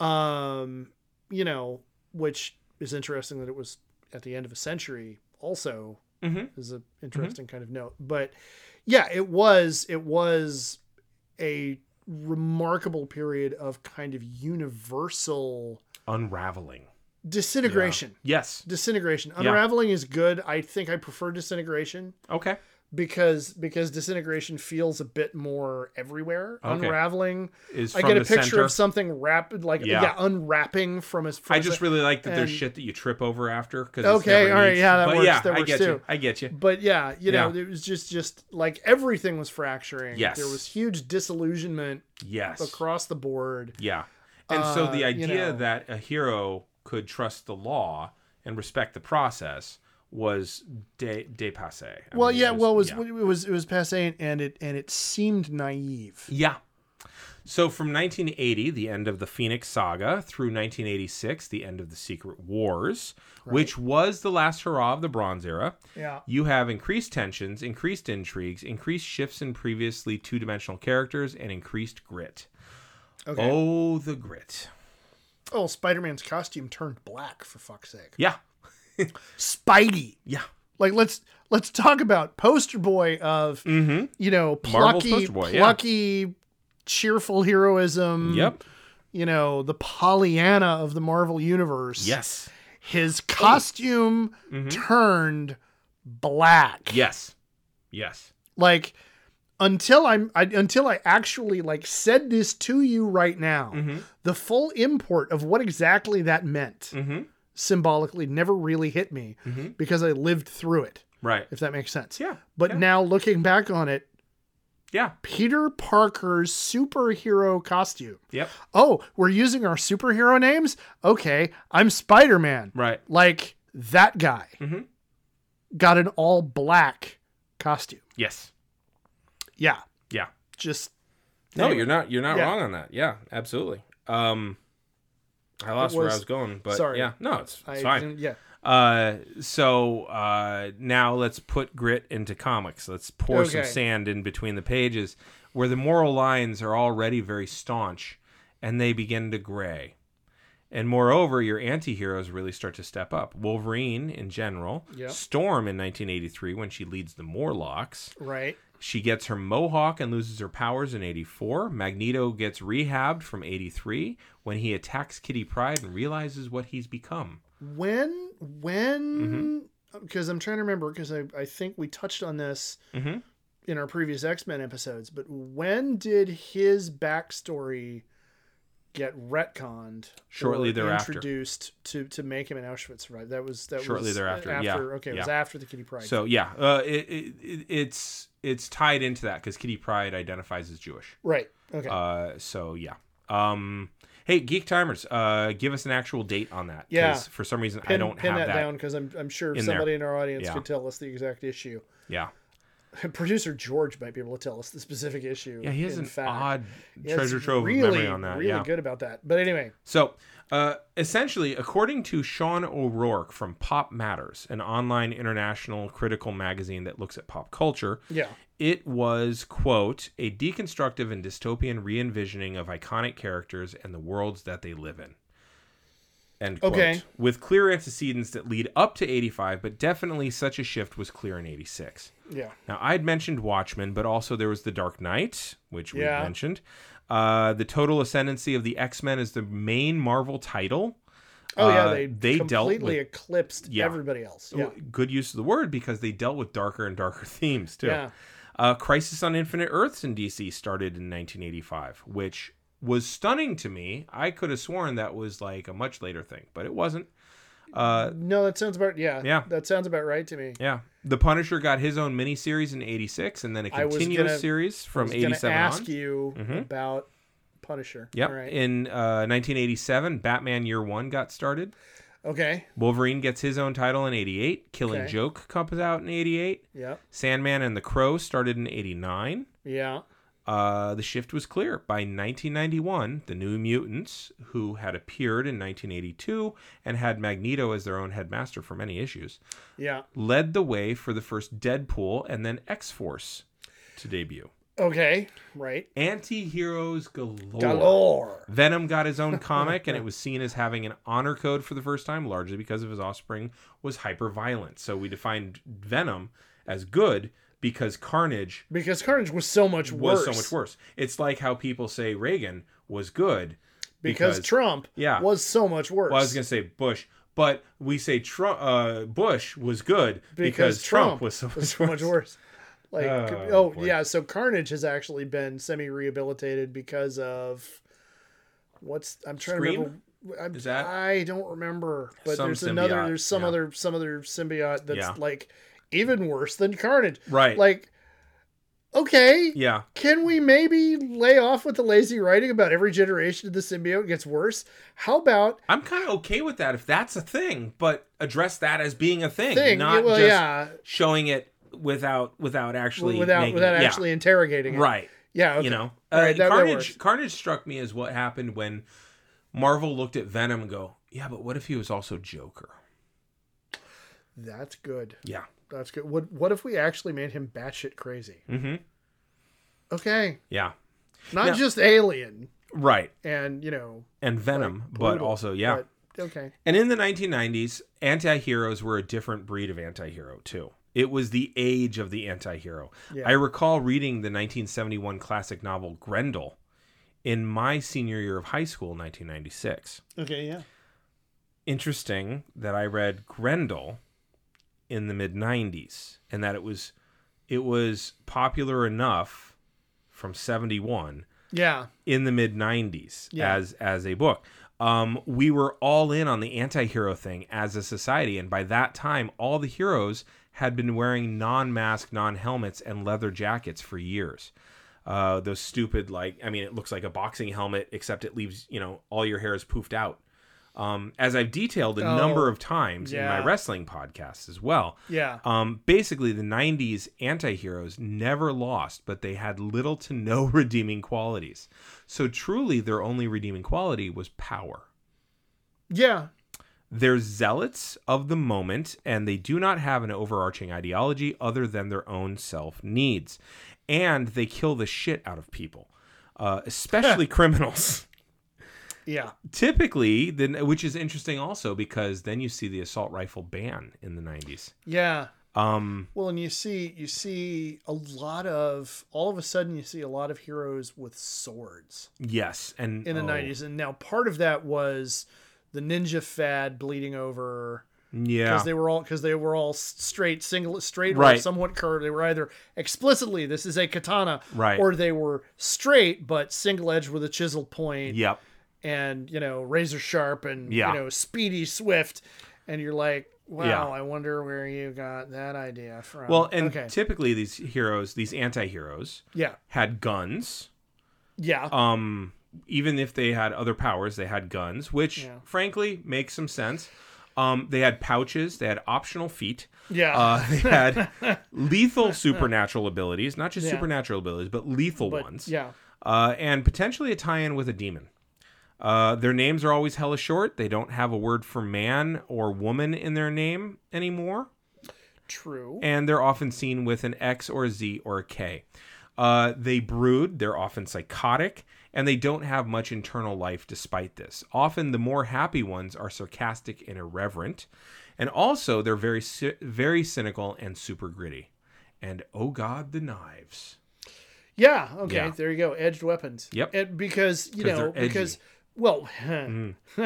[SPEAKER 3] um you know which is interesting that it was at the end of a century also
[SPEAKER 1] hmm
[SPEAKER 3] is an interesting kind of note. But yeah, it was it was a remarkable period of kind of universal
[SPEAKER 1] Unraveling.
[SPEAKER 3] disintegration.
[SPEAKER 1] Yes.
[SPEAKER 3] Disintegration.
[SPEAKER 1] Yeah.
[SPEAKER 3] Unraveling is good. I think I prefer disintegration
[SPEAKER 1] Okay.
[SPEAKER 3] because because disintegration feels a bit more everywhere.
[SPEAKER 1] Okay.
[SPEAKER 3] Unraveling.
[SPEAKER 1] Is
[SPEAKER 3] I
[SPEAKER 1] from
[SPEAKER 3] get a
[SPEAKER 1] the
[SPEAKER 3] picture
[SPEAKER 1] center.
[SPEAKER 3] of something rapid like yeah,
[SPEAKER 1] Yeah.
[SPEAKER 3] unwrapping from a from
[SPEAKER 1] I
[SPEAKER 3] a
[SPEAKER 1] just really like that there's
[SPEAKER 3] and-
[SPEAKER 1] shit that you trip over after. 'cause it's
[SPEAKER 3] Okay,
[SPEAKER 1] never
[SPEAKER 3] all right,
[SPEAKER 1] neat.
[SPEAKER 3] yeah, that
[SPEAKER 1] but
[SPEAKER 3] works,
[SPEAKER 1] Yeah,
[SPEAKER 3] that
[SPEAKER 1] I
[SPEAKER 3] works
[SPEAKER 1] get
[SPEAKER 3] too.
[SPEAKER 1] you. I get you.
[SPEAKER 3] But yeah, you know,
[SPEAKER 1] Yeah.
[SPEAKER 3] it was just just like everything was fracturing.
[SPEAKER 1] Yes.
[SPEAKER 3] There was huge disillusionment
[SPEAKER 1] Yes.
[SPEAKER 3] across the board.
[SPEAKER 1] Yeah. And so
[SPEAKER 3] Uh,
[SPEAKER 1] the
[SPEAKER 3] you
[SPEAKER 1] idea
[SPEAKER 3] know.
[SPEAKER 1] that a hero could trust the law and respect the process was de, de passe. I
[SPEAKER 3] well,
[SPEAKER 1] mean,
[SPEAKER 3] yeah, well, it was,
[SPEAKER 1] yeah.
[SPEAKER 3] it was it was passe, and it and it seemed naive.
[SPEAKER 1] Yeah. So from 1980, the end of the Phoenix Saga, through 1986, the end of the Secret Wars, which was the last hurrah of the Bronze Era,
[SPEAKER 3] Yeah,
[SPEAKER 1] you have increased tensions, increased intrigues, increased shifts in previously two dimensional characters, and increased grit.
[SPEAKER 3] Okay.
[SPEAKER 1] Oh, the grit.
[SPEAKER 3] Oh, Spider Man's costume turned black for fuck's sake.
[SPEAKER 1] Yeah.
[SPEAKER 3] Spidey.
[SPEAKER 1] Yeah.
[SPEAKER 3] Like let's let's talk about poster boy of
[SPEAKER 1] Mm-hmm.
[SPEAKER 3] you know
[SPEAKER 1] Marvel's
[SPEAKER 3] plucky
[SPEAKER 1] poster boy, yeah.
[SPEAKER 3] plucky cheerful heroism.
[SPEAKER 1] Yep.
[SPEAKER 3] You know the Pollyanna of the Marvel universe.
[SPEAKER 1] Yes.
[SPEAKER 3] His costume
[SPEAKER 1] Mhm.
[SPEAKER 3] turned black.
[SPEAKER 1] Yes. Yes.
[SPEAKER 3] Like until I'm I, until I actually like said this to you right now.
[SPEAKER 1] Mm-hmm.
[SPEAKER 3] the full import of what exactly that meant
[SPEAKER 1] Mm-hmm.
[SPEAKER 3] symbolically never really hit me
[SPEAKER 1] Mhm.
[SPEAKER 3] because I lived through it,
[SPEAKER 1] Right.
[SPEAKER 3] if that makes sense.
[SPEAKER 1] Yeah.
[SPEAKER 3] But
[SPEAKER 1] yeah.
[SPEAKER 3] now looking back on it,
[SPEAKER 1] Yeah.
[SPEAKER 3] Peter Parker's superhero costume.
[SPEAKER 1] Yep.
[SPEAKER 3] Oh, we're using our superhero names? Okay, I'm Spider Man.
[SPEAKER 1] Right.
[SPEAKER 3] Like that guy
[SPEAKER 1] Mhm.
[SPEAKER 3] got an all black costume.
[SPEAKER 1] Yes.
[SPEAKER 3] Yeah.
[SPEAKER 1] Yeah.
[SPEAKER 3] Just.
[SPEAKER 1] No,
[SPEAKER 3] Anyway,
[SPEAKER 1] you're not. You're not
[SPEAKER 3] Yeah.
[SPEAKER 1] wrong on that. Yeah, absolutely. Um, I lost where I
[SPEAKER 3] was-
[SPEAKER 1] was going, but
[SPEAKER 3] sorry.
[SPEAKER 1] yeah, no, it's,
[SPEAKER 3] I
[SPEAKER 1] it's fine.
[SPEAKER 3] didn't- Yeah.
[SPEAKER 1] Uh, so uh, now let's put grit into comics. Let's pour some
[SPEAKER 3] Okay.
[SPEAKER 1] sand in between the pages, where the moral lines are already very staunch, and they begin to gray. And moreover, your anti-heroes really start to step up. Wolverine in general,
[SPEAKER 3] Yep.
[SPEAKER 1] Storm in 1983 when she leads the Morlocks,
[SPEAKER 3] Right.
[SPEAKER 1] she gets her mohawk and loses her powers in 84. Magneto gets rehabbed from 83 when he attacks Kitty Pride and realizes what he's become.
[SPEAKER 3] when
[SPEAKER 1] Mm-hmm.
[SPEAKER 3] when because i'm trying to remember because I, I think we touched on this
[SPEAKER 1] Mm-hmm.
[SPEAKER 3] in our previous x-men episodes but when did his backstory get retconned
[SPEAKER 1] Shortly
[SPEAKER 3] or
[SPEAKER 1] thereafter.
[SPEAKER 3] introduced to to make him an auschwitz survivor that was that
[SPEAKER 1] Shortly
[SPEAKER 3] was
[SPEAKER 1] thereafter,
[SPEAKER 3] after
[SPEAKER 1] yeah,
[SPEAKER 3] okay it was
[SPEAKER 1] yeah.
[SPEAKER 3] after the kitty pride
[SPEAKER 1] So yeah, uh, it, it, it, it's it's tied into that because Kitty Pride identifies as Jewish.
[SPEAKER 3] right okay
[SPEAKER 1] Uh, so yeah. Um, hey, Geek Timers, uh, give us an actual date on that. 'cause
[SPEAKER 3] Yeah.
[SPEAKER 1] For some reason, I
[SPEAKER 3] pin,
[SPEAKER 1] don't
[SPEAKER 3] pin
[SPEAKER 1] have
[SPEAKER 3] that,
[SPEAKER 1] that.
[SPEAKER 3] down because I'm, I'm sure
[SPEAKER 1] in there.
[SPEAKER 3] somebody in our audience
[SPEAKER 1] Yeah.
[SPEAKER 3] could tell us the exact issue *laughs*
[SPEAKER 1] Yeah.
[SPEAKER 3] producer george might be able to tell us the specific issue
[SPEAKER 1] Yeah. He has
[SPEAKER 3] in
[SPEAKER 1] an
[SPEAKER 3] fact.
[SPEAKER 1] odd
[SPEAKER 3] Yeah, it's
[SPEAKER 1] treasure trove
[SPEAKER 3] really,
[SPEAKER 1] of memory on that.
[SPEAKER 3] really
[SPEAKER 1] yeah.
[SPEAKER 3] good about that but anyway
[SPEAKER 1] So, uh, essentially, according to Sean O'Rourke from Pop Matters, an online international critical magazine that looks at pop culture,
[SPEAKER 3] yeah
[SPEAKER 1] it was, quote, a deconstructive and dystopian re envisioning of iconic characters and the worlds that they live in. End quote.
[SPEAKER 3] Okay.
[SPEAKER 1] With clear antecedents that lead up to 85, but definitely such a shift was clear in 86.
[SPEAKER 3] yeah
[SPEAKER 1] Now, I had mentioned Watchmen, but also there was The Dark Knight, which we
[SPEAKER 3] Yeah.
[SPEAKER 1] mentioned. Uh, the total ascendancy of the X Men is the main Marvel title.
[SPEAKER 3] Oh yeah,
[SPEAKER 1] Uh,
[SPEAKER 3] they
[SPEAKER 1] they dealt
[SPEAKER 3] completely
[SPEAKER 1] with-
[SPEAKER 3] eclipsed
[SPEAKER 1] Yeah.
[SPEAKER 3] everybody else. Yeah.
[SPEAKER 1] Good use of the word because they dealt with darker and darker *laughs* themes too.
[SPEAKER 3] Yeah.
[SPEAKER 1] Uh, Crisis on Infinite Earths in DC started in 1985, which was stunning to me. I could have sworn that was like a much later thing, but it wasn't. Uh,
[SPEAKER 3] No, that sounds about yeah.
[SPEAKER 1] Yeah.
[SPEAKER 3] That sounds about right to me.
[SPEAKER 1] yeah, The Punisher got his own miniseries in '86, and then a
[SPEAKER 3] I was
[SPEAKER 1] continuous
[SPEAKER 3] gonna-
[SPEAKER 1] series from
[SPEAKER 3] I was gonna
[SPEAKER 1] '87
[SPEAKER 3] ask
[SPEAKER 1] on.
[SPEAKER 3] you
[SPEAKER 1] Mhm.
[SPEAKER 3] about Punisher.
[SPEAKER 1] Yep.
[SPEAKER 3] All right.
[SPEAKER 1] In uh, 1987, Batman Year One got started.
[SPEAKER 3] okay.
[SPEAKER 1] Wolverine gets his own title in 88. Killing
[SPEAKER 3] Okay.
[SPEAKER 1] Joke comes out in 88.
[SPEAKER 3] Yep.
[SPEAKER 1] Sandman and the Crow started in 89.
[SPEAKER 3] Yeah.
[SPEAKER 1] Uh, the shift was clear. By 1991, the New Mutants, who had appeared in 1982 and had Magneto as their own headmaster for many issues,
[SPEAKER 3] Yeah.
[SPEAKER 1] led the way for the first Deadpool and then X Force to debut.
[SPEAKER 3] Okay. Right.
[SPEAKER 1] Anti heroes galore.
[SPEAKER 3] Galore.
[SPEAKER 1] Venom got his own comic, and it was seen as having an honor code for the first time, largely because of his offspring was hyper violent. So we defined Venom as good because Carnage
[SPEAKER 3] Because Carnage was so much
[SPEAKER 1] was
[SPEAKER 3] worse.
[SPEAKER 1] so much worse. It's like how people say Reagan was good
[SPEAKER 3] Because, Trump
[SPEAKER 1] Yeah.
[SPEAKER 3] was so much worse.
[SPEAKER 1] well, I was going to say Bush, but we say Trump uh, Bush was good because, Trump, was so *laughs* much worse.
[SPEAKER 3] much worse. Like
[SPEAKER 1] Oh,
[SPEAKER 3] oh,
[SPEAKER 1] boy.
[SPEAKER 3] yeah, so Carnage has actually been semi rehabilitated because of what's I'm trying
[SPEAKER 1] Scream?
[SPEAKER 3] to remember. I'm,
[SPEAKER 1] Is that-
[SPEAKER 3] I don't remember, but
[SPEAKER 1] Some
[SPEAKER 3] there's another
[SPEAKER 1] symbiote,
[SPEAKER 3] there's some
[SPEAKER 1] yeah.
[SPEAKER 3] other some other symbiote that's
[SPEAKER 1] Yeah.
[SPEAKER 3] like even worse than Carnage.
[SPEAKER 1] Right.
[SPEAKER 3] Like okay,
[SPEAKER 1] yeah.
[SPEAKER 3] can we maybe lay off with the lazy writing about every generation of the symbiote gets worse? How about
[SPEAKER 1] I'm kind of okay with that if that's a thing, but address that as being a thing,
[SPEAKER 3] thing?
[SPEAKER 1] not
[SPEAKER 3] well,
[SPEAKER 1] just
[SPEAKER 3] yeah,
[SPEAKER 1] showing it without without actually
[SPEAKER 3] without
[SPEAKER 1] making
[SPEAKER 3] without
[SPEAKER 1] it. Yeah.
[SPEAKER 3] actually interrogating it.
[SPEAKER 1] right.
[SPEAKER 3] Yeah, okay.
[SPEAKER 1] you know
[SPEAKER 3] All
[SPEAKER 1] Uh,
[SPEAKER 3] right, that- that
[SPEAKER 1] carnage
[SPEAKER 3] works.
[SPEAKER 1] carnage struck me as what happened when marvel looked at venom and go yeah but what if he was also joker
[SPEAKER 3] That's good.
[SPEAKER 1] yeah
[SPEAKER 3] That's good. What what if we actually made him batshit crazy?
[SPEAKER 1] mm-hmm
[SPEAKER 3] Okay,
[SPEAKER 1] yeah
[SPEAKER 3] not
[SPEAKER 1] Now-
[SPEAKER 3] just alien
[SPEAKER 1] right
[SPEAKER 3] and you know,
[SPEAKER 1] and venom
[SPEAKER 3] Like,
[SPEAKER 1] but
[SPEAKER 3] brutal,
[SPEAKER 1] also yeah
[SPEAKER 3] but okay,
[SPEAKER 1] and in the 1990s anti-heroes were a different breed of anti-hero too it was the age of the anti-hero
[SPEAKER 3] Yeah.
[SPEAKER 1] i recall reading the 1971 classic novel grendel in my senior year of high school 1996
[SPEAKER 3] okay, yeah,
[SPEAKER 1] interesting that I read Grendel in the mid 90s and that it was it was popular enough from 71
[SPEAKER 3] yeah,
[SPEAKER 1] in the mid 90s
[SPEAKER 3] Yeah.
[SPEAKER 1] as as a book. Um, we were all in on the anti-hero thing as a society and by that time all the heroes had been wearing non-mask, non-helmets and leather jackets for years. Uh, those stupid like I mean it looks like a boxing helmet except it leaves, you know, all your hair is poofed out. Um, as I've detailed a
[SPEAKER 3] Oh,
[SPEAKER 1] number of times in
[SPEAKER 3] yeah.
[SPEAKER 1] my wrestling podcast as well.
[SPEAKER 3] yeah,
[SPEAKER 1] Um, basically, the 90s anti heroes never lost, but they had little to no *laughs* redeeming qualities. So, truly, their only redeeming quality was power.
[SPEAKER 3] yeah,
[SPEAKER 1] They're zealots of the moment, and they do not have an overarching ideology other than their own self needs. And they kill the shit out of people, uh,
[SPEAKER 3] *laughs*
[SPEAKER 1] especially criminals.
[SPEAKER 3] yeah,
[SPEAKER 1] Typically, then, which is interesting also because then you see the assault rifle ban in the 90s.
[SPEAKER 3] yeah.
[SPEAKER 1] Um,
[SPEAKER 3] Well, and you see, you see a lot of all of a sudden, you see a lot of heroes with swords
[SPEAKER 1] yes, and
[SPEAKER 3] in the
[SPEAKER 1] oh,
[SPEAKER 3] '90s, and now part of that was the ninja fad bleeding over.
[SPEAKER 1] yeah,
[SPEAKER 3] because they were all because they were all s- straight single straight or
[SPEAKER 1] Right.
[SPEAKER 3] somewhat curved they were either explicitly this is a katana
[SPEAKER 1] Right.
[SPEAKER 3] or they were straight but single edged with a chisel point
[SPEAKER 1] Yep.
[SPEAKER 3] and you know razor sharp and
[SPEAKER 1] Yeah.
[SPEAKER 3] you know speedy swift and you're like wow
[SPEAKER 1] Yeah.
[SPEAKER 3] i wonder where you got that idea from
[SPEAKER 1] Well, and
[SPEAKER 3] okay
[SPEAKER 1] typically these heroes, these anti-heroes
[SPEAKER 3] yeah
[SPEAKER 1] had guns.
[SPEAKER 3] yeah
[SPEAKER 1] Um even if they had other powers, they had guns, which
[SPEAKER 3] Yeah.
[SPEAKER 1] frankly makes some sense. Um they had pouches, they had optional feet.
[SPEAKER 3] yeah
[SPEAKER 1] Uh, *laughs* they
[SPEAKER 3] *laughs*
[SPEAKER 1] had lethal supernatural abilities, not just
[SPEAKER 3] Yeah.
[SPEAKER 1] supernatural abilities, but lethal
[SPEAKER 3] but
[SPEAKER 1] ones.
[SPEAKER 3] yeah
[SPEAKER 1] uh, and potentially a tie-in with a demon. Uh, their names are always hella short. They don't have a word for man or woman in their name anymore,
[SPEAKER 3] true
[SPEAKER 1] and they're often seen with an X or a Z or a K. Uh, they brood. They're often psychotic, and they don't have much internal life. Despite this, often the more happy ones are sarcastic and irreverent, and also they're very cy- very cynical and super gritty. And oh god, the knives.
[SPEAKER 3] Yeah. Okay.
[SPEAKER 1] Yeah.
[SPEAKER 3] There you go. Edged weapons.
[SPEAKER 1] Yep.
[SPEAKER 3] And because you
[SPEAKER 1] 'Cause
[SPEAKER 3] know
[SPEAKER 1] they're edgy.
[SPEAKER 3] because well,
[SPEAKER 1] Mm,
[SPEAKER 3] *laughs*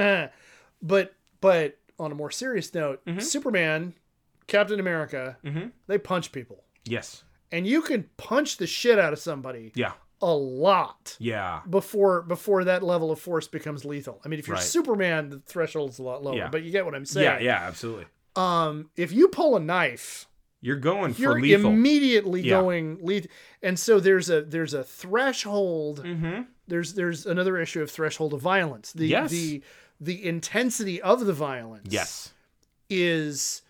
[SPEAKER 3] but but on a more serious note,
[SPEAKER 1] Mm-hmm.
[SPEAKER 3] Superman, Captain America,
[SPEAKER 1] Mhm.
[SPEAKER 3] they punch people,
[SPEAKER 1] Yes.
[SPEAKER 3] and you can punch the shit out of somebody
[SPEAKER 1] Yeah.
[SPEAKER 3] a lot
[SPEAKER 1] Yeah.
[SPEAKER 3] before before that level of force becomes lethal. I mean, if you're
[SPEAKER 1] Right.
[SPEAKER 3] Superman, the threshold's a lot lower,
[SPEAKER 1] Yeah.
[SPEAKER 3] but you get what I'm saying.
[SPEAKER 1] Yeah, yeah, absolutely.
[SPEAKER 3] Um, if you pull a knife,
[SPEAKER 1] You're going
[SPEAKER 3] you're
[SPEAKER 1] for lethal.
[SPEAKER 3] immediately
[SPEAKER 1] Yeah.
[SPEAKER 3] going lethal, and so there's a there's a threshold.
[SPEAKER 1] mm-hmm.
[SPEAKER 3] There's there's another issue of threshold of violence. The
[SPEAKER 1] Yes.
[SPEAKER 3] the the intensity of the violence
[SPEAKER 1] Yes.
[SPEAKER 3] is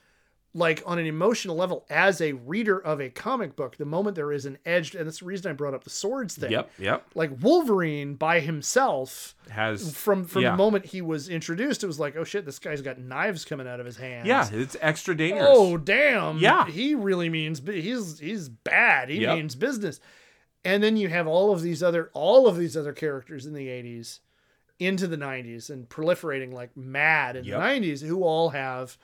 [SPEAKER 3] like on an emotional level as a reader of a comic book the moment there is an edged and that's the reason i brought up the swords thing
[SPEAKER 1] Yep. Yep.
[SPEAKER 3] like wolverine by himself
[SPEAKER 1] Has.
[SPEAKER 3] from from
[SPEAKER 1] Yeah.
[SPEAKER 3] the moment he was introduced it was like oh shit this guy's got knives coming out of his hands
[SPEAKER 1] Yeah, it's extra dangerous.
[SPEAKER 3] oh damn
[SPEAKER 1] Yeah.
[SPEAKER 3] he really means bu- he's he's bad he
[SPEAKER 1] Yep.
[SPEAKER 3] means business and then you have all of these other all of these other characters in the 80s into the 90s and proliferating like mad in
[SPEAKER 1] Yep.
[SPEAKER 3] the 90s who all have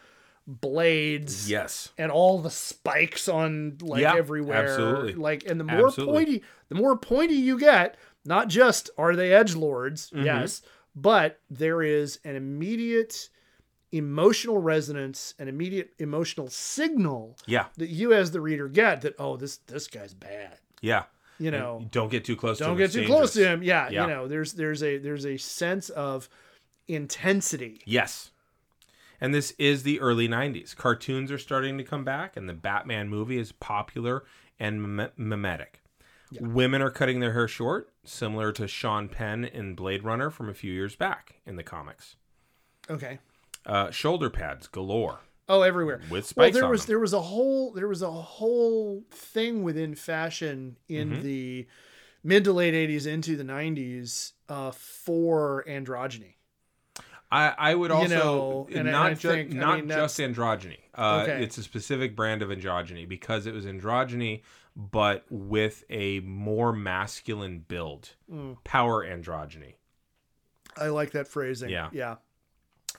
[SPEAKER 3] blades
[SPEAKER 1] Yes.
[SPEAKER 3] and all the spikes on like
[SPEAKER 1] Yeah,
[SPEAKER 3] everywhere
[SPEAKER 1] absolutely.
[SPEAKER 3] like and the more
[SPEAKER 1] Absolutely.
[SPEAKER 3] pointy the more pointy you get not just are they edge lords
[SPEAKER 1] Mhm.
[SPEAKER 3] yes but there is an immediate emotional resonance an immediate emotional signal
[SPEAKER 1] Yeah.
[SPEAKER 3] that you as the reader get that oh this this guy's bad
[SPEAKER 1] Yeah.
[SPEAKER 3] you
[SPEAKER 1] And
[SPEAKER 3] know
[SPEAKER 1] don't get too close. to
[SPEAKER 3] don't
[SPEAKER 1] him.
[SPEAKER 3] get
[SPEAKER 1] It's
[SPEAKER 3] too close to
[SPEAKER 1] dangerous.
[SPEAKER 3] him yeah,
[SPEAKER 1] Yeah.
[SPEAKER 3] you know there's there's a there's a sense of intensity
[SPEAKER 1] Yes. And this is the early 90s. Cartoons are starting to come back, and the Batman movie is popular and mim- mimetic. Women are cutting their hair short, similar to Sean Penn in Blade Runner from a few years back in the comics.
[SPEAKER 3] okay
[SPEAKER 1] Uh, shoulder pads galore
[SPEAKER 3] oh everywhere
[SPEAKER 1] with
[SPEAKER 3] well
[SPEAKER 1] spikes
[SPEAKER 3] there
[SPEAKER 1] on
[SPEAKER 3] was
[SPEAKER 1] them.
[SPEAKER 3] there was a whole there was a whole thing within fashion in
[SPEAKER 1] Mhm.
[SPEAKER 3] the mid to late 80s into the 90s uh for androgyny
[SPEAKER 1] I, I would
[SPEAKER 3] you
[SPEAKER 1] also
[SPEAKER 3] know, and I-
[SPEAKER 1] not
[SPEAKER 3] I
[SPEAKER 1] just
[SPEAKER 3] think- I
[SPEAKER 1] not
[SPEAKER 3] mean,
[SPEAKER 1] just androgyny. Uh,
[SPEAKER 3] Okay.
[SPEAKER 1] It's a specific brand of androgyny because it was androgyny, but with a more masculine build,
[SPEAKER 3] Mm,
[SPEAKER 1] power androgyny.
[SPEAKER 3] i like that phrasing
[SPEAKER 1] Yeah.
[SPEAKER 3] yeah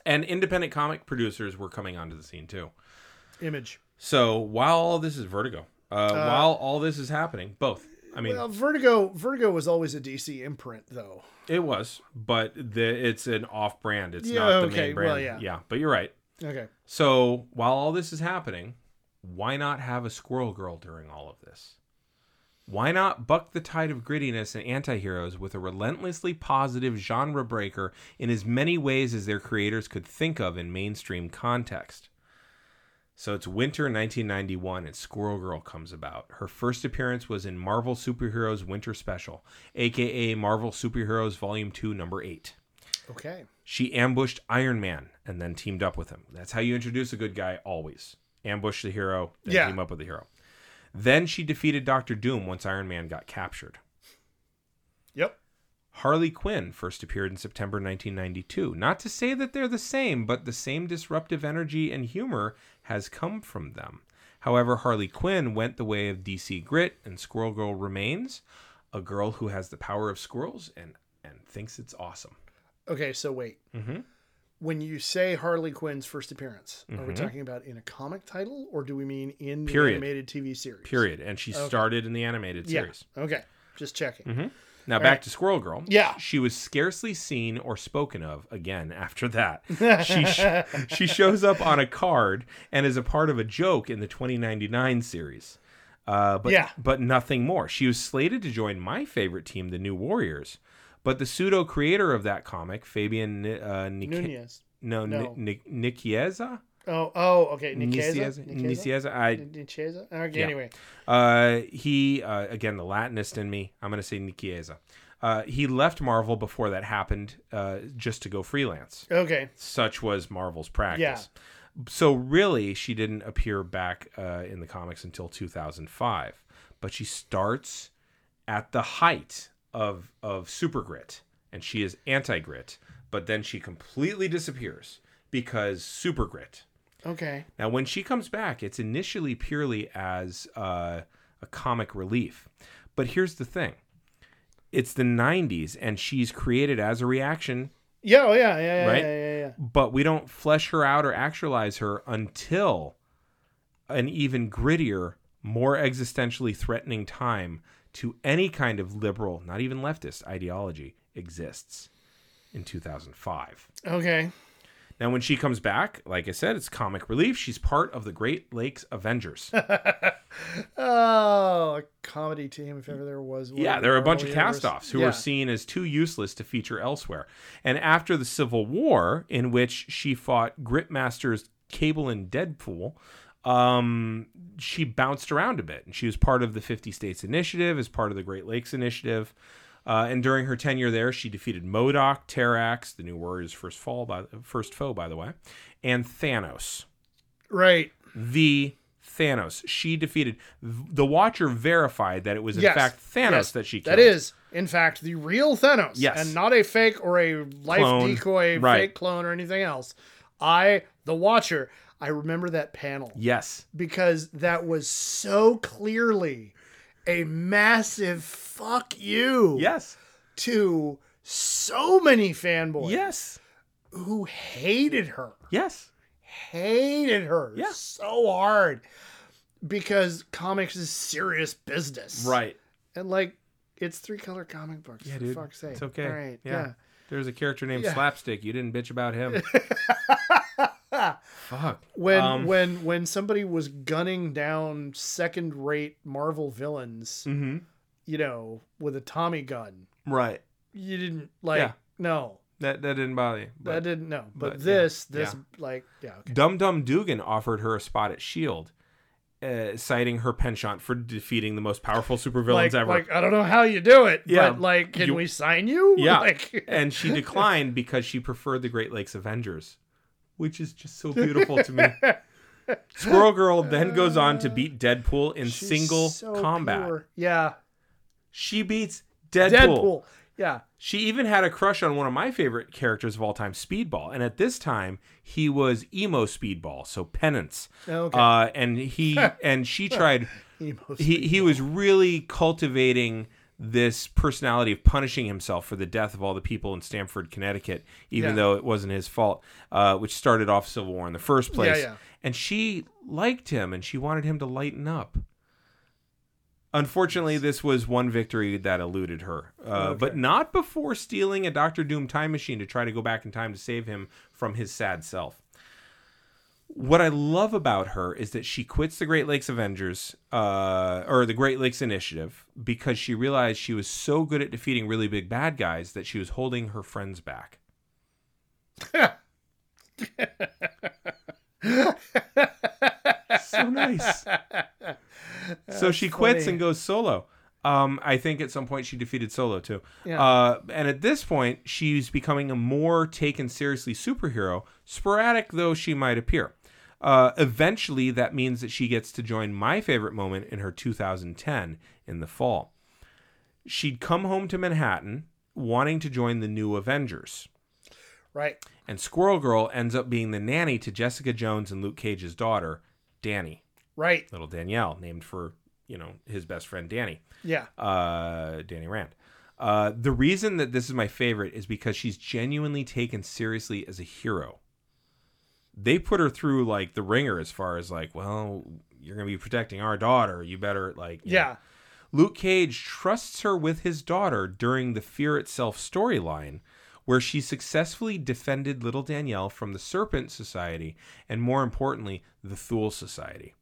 [SPEAKER 1] and independent comic producers were coming onto the scene too.
[SPEAKER 3] image
[SPEAKER 1] So while all this is Vertigo, uh, while all this is happening, both. I mean,
[SPEAKER 3] well vertigo vertigo was always a dc imprint though
[SPEAKER 1] it was, but the, it's an off-brand. It's
[SPEAKER 3] Yeah,
[SPEAKER 1] not the
[SPEAKER 3] okay,
[SPEAKER 1] main brand.
[SPEAKER 3] well, yeah.
[SPEAKER 1] but you're right.
[SPEAKER 3] okay
[SPEAKER 1] So while all this is happening, why not have a Squirrel Girl during all of this? Why not buck the tide of grittiness and anti-heroes with a relentlessly positive genre breaker in as many ways as their creators could think of in mainstream context? So it's winter 1991 and Squirrel Girl comes about. Her first appearance was in Marvel Superheroes Winter Special, aka Marvel Superheroes Volume 2 Number 8.
[SPEAKER 3] okay
[SPEAKER 1] She ambushed Iron Man and then teamed up with him. That's how you introduce a good guy always. Ambush the hero, then
[SPEAKER 3] Yeah.
[SPEAKER 1] team up with the hero. Then she defeated Doctor Doom once Iron Man got captured.
[SPEAKER 3] yep
[SPEAKER 1] Harley Quinn first appeared in September 1992. Not to say that they're the same, but the same disruptive energy and humor has come from them. However, Harley Quinn went the way of DC Grit, and Squirrel Girl remains a girl who has the power of squirrels and, and thinks it's awesome.
[SPEAKER 3] okay so wait
[SPEAKER 1] Mhm.
[SPEAKER 3] when you say harley quinn's first appearance are we
[SPEAKER 1] Mhm.
[SPEAKER 3] talking about in a comic title or do we mean in the
[SPEAKER 1] Period.
[SPEAKER 3] animated tv series
[SPEAKER 1] Period. And she
[SPEAKER 3] Okay.
[SPEAKER 1] started in the animated
[SPEAKER 3] Yeah.
[SPEAKER 1] series.
[SPEAKER 3] okay just checking
[SPEAKER 1] Now
[SPEAKER 3] All
[SPEAKER 1] back
[SPEAKER 3] right.
[SPEAKER 1] to Squirrel Girl.
[SPEAKER 3] Yeah.
[SPEAKER 1] She was scarcely seen or spoken of again after that. *laughs* She
[SPEAKER 3] *laughs*
[SPEAKER 1] sh- she shows up on a card and is a part of a joke in the 2099 series. Uh, but
[SPEAKER 3] Yeah.
[SPEAKER 1] but nothing more. She was slated to join my favorite team, the New Warriors, but the pseudo creator of that comic, Fabian Ni- uh, Nica-
[SPEAKER 3] Nunez.
[SPEAKER 1] no,
[SPEAKER 3] No.
[SPEAKER 1] Ni- Ni- Nicieza,
[SPEAKER 3] Oh, oh, okay. Nicaeza. Nicaeza.
[SPEAKER 1] Nicieza, I
[SPEAKER 3] Nicaeza. Okay,
[SPEAKER 1] Yeah.
[SPEAKER 3] anyway.
[SPEAKER 1] Uh, he uh, again the Latinist in me. I'm gonna say Nikieza. Uh, he left Marvel before that happened, uh, just to go freelance.
[SPEAKER 3] Okay.
[SPEAKER 1] Such was Marvel's practice. So really, she didn't appear back uh, in the comics until 2005. But she starts at the height of of super grit, and she is anti grit. But then she completely disappears because super grit.
[SPEAKER 3] Okay.
[SPEAKER 1] Now, when she comes back, it's initially purely as uh, a comic relief. But here's the thing it's the 90s, and she's created as a reaction,
[SPEAKER 3] Yeah, oh, yeah, yeah, yeah,
[SPEAKER 1] Right?
[SPEAKER 3] yeah, yeah, yeah.
[SPEAKER 1] but we don't flesh her out or actualize her until an even grittier, more existentially threatening time to any kind of liberal, not even leftist, ideology exists in 2005.
[SPEAKER 3] Okay.
[SPEAKER 1] Now, when she comes back, like I said, it's comic relief. She's part of the Great Lakes Avengers.
[SPEAKER 3] oh, a comedy team if ever there was. one.
[SPEAKER 1] yeah, there are a bunch of
[SPEAKER 3] Marvel Universe.
[SPEAKER 1] cast offs who
[SPEAKER 3] Yeah.
[SPEAKER 1] are seen as too useless to feature elsewhere. And after the Civil War, in which she fought Gripmaster's Cable and Deadpool, um, she bounced around a bit. And she was part of the 50 States Initiative, as part of the Great Lakes Initiative. Uh, and during her tenure there, she defeated Modoc, Terax, the New Warriors' first fall, by first foe, by the way, and Thanos
[SPEAKER 3] Right.
[SPEAKER 1] the Thanos. She defeated the Watcher. Verified that it was in
[SPEAKER 3] Yes.
[SPEAKER 1] fact Thanos
[SPEAKER 3] Yes.
[SPEAKER 1] that she killed.
[SPEAKER 3] That is, in fact, the real Thanos.
[SPEAKER 1] Yes.
[SPEAKER 3] And not a fake or a life
[SPEAKER 1] Clone.
[SPEAKER 3] decoy,
[SPEAKER 1] Right.
[SPEAKER 3] fake clone, or anything else. I, the Watcher, I remember that panel
[SPEAKER 1] Yes,
[SPEAKER 3] because that was so clearly a massive fuck you
[SPEAKER 1] yes,
[SPEAKER 3] to so many fanboys
[SPEAKER 1] yes,
[SPEAKER 3] who hated her.
[SPEAKER 1] yes.
[SPEAKER 3] Hated her
[SPEAKER 1] Yeah.
[SPEAKER 3] so hard because comics is serious business.
[SPEAKER 1] Right.
[SPEAKER 3] And like, it's three color comic books.
[SPEAKER 1] Yeah,
[SPEAKER 3] for
[SPEAKER 1] dude.
[SPEAKER 3] fuck's sake.
[SPEAKER 1] It's okay.
[SPEAKER 3] All right.
[SPEAKER 1] Yeah. There's a character named
[SPEAKER 3] Yeah.
[SPEAKER 1] Slapstick. You didn't bitch about
[SPEAKER 3] *laughs*
[SPEAKER 1] him.
[SPEAKER 3] yeah.
[SPEAKER 1] Fuck.
[SPEAKER 3] when
[SPEAKER 1] Um,
[SPEAKER 3] when when somebody was gunning down second rate Marvel villains,
[SPEAKER 1] Mm-hmm.
[SPEAKER 3] you know, with a Tommy gun,
[SPEAKER 1] Right.
[SPEAKER 3] you didn't like
[SPEAKER 1] Yeah.
[SPEAKER 3] no.
[SPEAKER 1] That that didn't bother you.
[SPEAKER 3] that
[SPEAKER 1] But
[SPEAKER 3] didn't no. But,
[SPEAKER 1] but, yeah,
[SPEAKER 3] this this
[SPEAKER 1] yeah.
[SPEAKER 3] like yeah, okay.
[SPEAKER 1] Dum Dum Dugan offered her a spot at Shield, E uh, citing her penchant for defeating the most powerful supervillains
[SPEAKER 3] Like,
[SPEAKER 1] ever.
[SPEAKER 3] like I don't know how you do it,
[SPEAKER 1] Yeah.
[SPEAKER 3] but like can
[SPEAKER 1] You-
[SPEAKER 3] we sign you? *laughs*
[SPEAKER 1] Yeah.
[SPEAKER 3] Like
[SPEAKER 1] and
[SPEAKER 3] *laughs*
[SPEAKER 1] she declined because she preferred the Great Lakes Avengers, which is just so beautiful
[SPEAKER 3] *laughs*
[SPEAKER 1] to me. Squirrel Girl then goes on to beat Deadpool in
[SPEAKER 3] she's
[SPEAKER 1] single
[SPEAKER 3] so
[SPEAKER 1] combat.
[SPEAKER 3] pure. Yeah.
[SPEAKER 1] She beats Deadpool.
[SPEAKER 3] Deadpool. Yeah.
[SPEAKER 1] She even had a crush on one of my favorite characters of all time, Speedball, and at this time he was emo Speedball, so penance.
[SPEAKER 3] Okay.
[SPEAKER 1] Uh, and
[SPEAKER 3] *laughs*
[SPEAKER 1] he and she tried
[SPEAKER 3] Emo *laughs*
[SPEAKER 1] he he was really cultivating this personality of punishing himself for the death of all the people in Stamford, Connecticut, even
[SPEAKER 3] Yeah.
[SPEAKER 1] though it wasn't his fault, uh, which started off Civil War in the first place.
[SPEAKER 3] yeah.
[SPEAKER 1] And she liked him, and she wanted him to lighten up. Unfortunately, this was one victory that eluded her, uh, but not before stealing a Doctor Doom time machine to try to go back in time to save him from his sad self. What I love about her is that she quits the Great Lakes Avengers uh, or the Great Lakes Initiative because she realized she was so good at defeating really big bad guys that she was holding her friends back. so nice. so she quits
[SPEAKER 3] funny.
[SPEAKER 1] and goes solo. Um, I think at some point she defeated Solo too.
[SPEAKER 3] Yeah.
[SPEAKER 1] Uh, and at this point, she's becoming a more taken seriously superhero, sporadic though she might appear. Uh, eventually, that means that she gets to join my favorite moment in her 2010 in the fall. She'd come home to Manhattan wanting to join the new Avengers.
[SPEAKER 3] right.
[SPEAKER 1] And Squirrel Girl ends up being the nanny to Jessica Jones and Luke Cage's daughter, Danny,
[SPEAKER 3] Right.
[SPEAKER 1] little Danielle, named for, you know, his best friend Danny,
[SPEAKER 3] Yeah.
[SPEAKER 1] uh, Danny Rand. Uh, the reason that this is my favorite is because she's genuinely taken seriously as a hero. They put her through like the ringer as far as like, well, you're gonna be protecting our daughter. You better like, you know,
[SPEAKER 3] Yeah.
[SPEAKER 1] Luke Cage trusts her with his daughter during the Fear Itself storyline, where she successfully defended little Danielle from the Serpent Society and, more importantly, the Thule Society.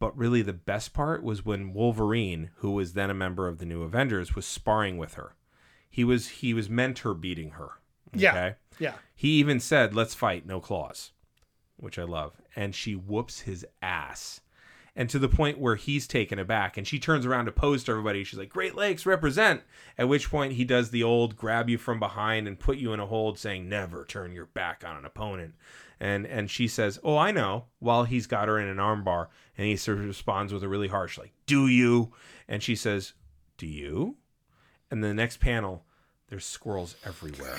[SPEAKER 1] But really, the best part was when Wolverine, who was then a member of the New Avengers, was sparring with her. He was he was mentor beating her.
[SPEAKER 3] Yeah. Yeah. *laughs*
[SPEAKER 1] He even said, "Let's fight, no claws," which I love. And she whoops his ass, and to the point where he's taken aback. And she turns around to pose to everybody. She's like, "Great Lakes, represent!" At which point he does the old grab you from behind and put you in a hold, saying, "Never turn your back on an opponent." And and she says, "Oh, I know." While he's got her in an armbar, and he sort of responds with a really harsh, like, "Do you?" And she says, "Do you?" And the next panel, there's squirrels everywhere.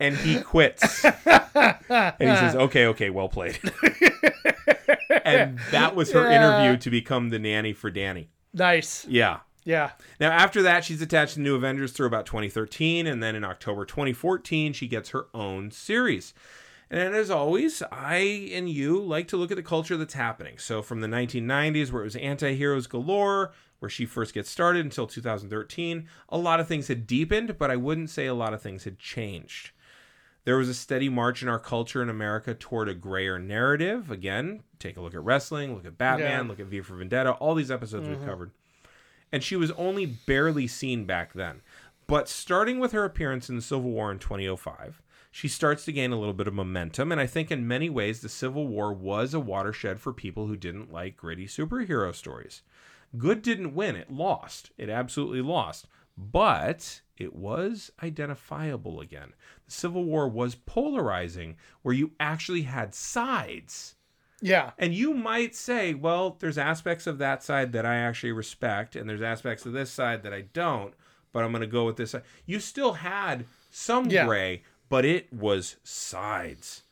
[SPEAKER 1] and he quits. and he says, "Okay, okay, well played." *laughs* and that was her
[SPEAKER 3] Yeah.
[SPEAKER 1] interview to become the nanny for Danny.
[SPEAKER 3] Nice.
[SPEAKER 1] Yeah.
[SPEAKER 3] Yeah.
[SPEAKER 1] Now after that, she's attached to New Avengers through about 2013, and then in October 2014, she gets her own series. And as always, I and you like to look at the culture that's happening. So from the 1990s, where it was anti-heroes galore, where she first gets started until 2013, a lot of things had deepened, but I wouldn't say a lot of things had changed. There was a steady march in our culture in America toward a grayer narrative. Again, take a look at wrestling, look at Batman,
[SPEAKER 3] Yeah.
[SPEAKER 1] look at V for Vendetta, all these episodes we've covered. And she was only barely seen back then. But starting with her appearance in the Civil War in 2005, she starts to gain a little bit of momentum. And I think in many ways, the Civil War was a watershed for people who didn't like gritty superhero stories. Good didn't win, it lost. It absolutely lost. But it was identifiable again. The Civil War was polarizing, where you actually had sides.
[SPEAKER 3] Yeah.
[SPEAKER 1] And you might say, well, there's aspects of that side that I actually respect, and there's aspects of this side that I don't, but I'm going to go with this side. You still had some
[SPEAKER 3] Yeah.
[SPEAKER 1] gray, but it was sides.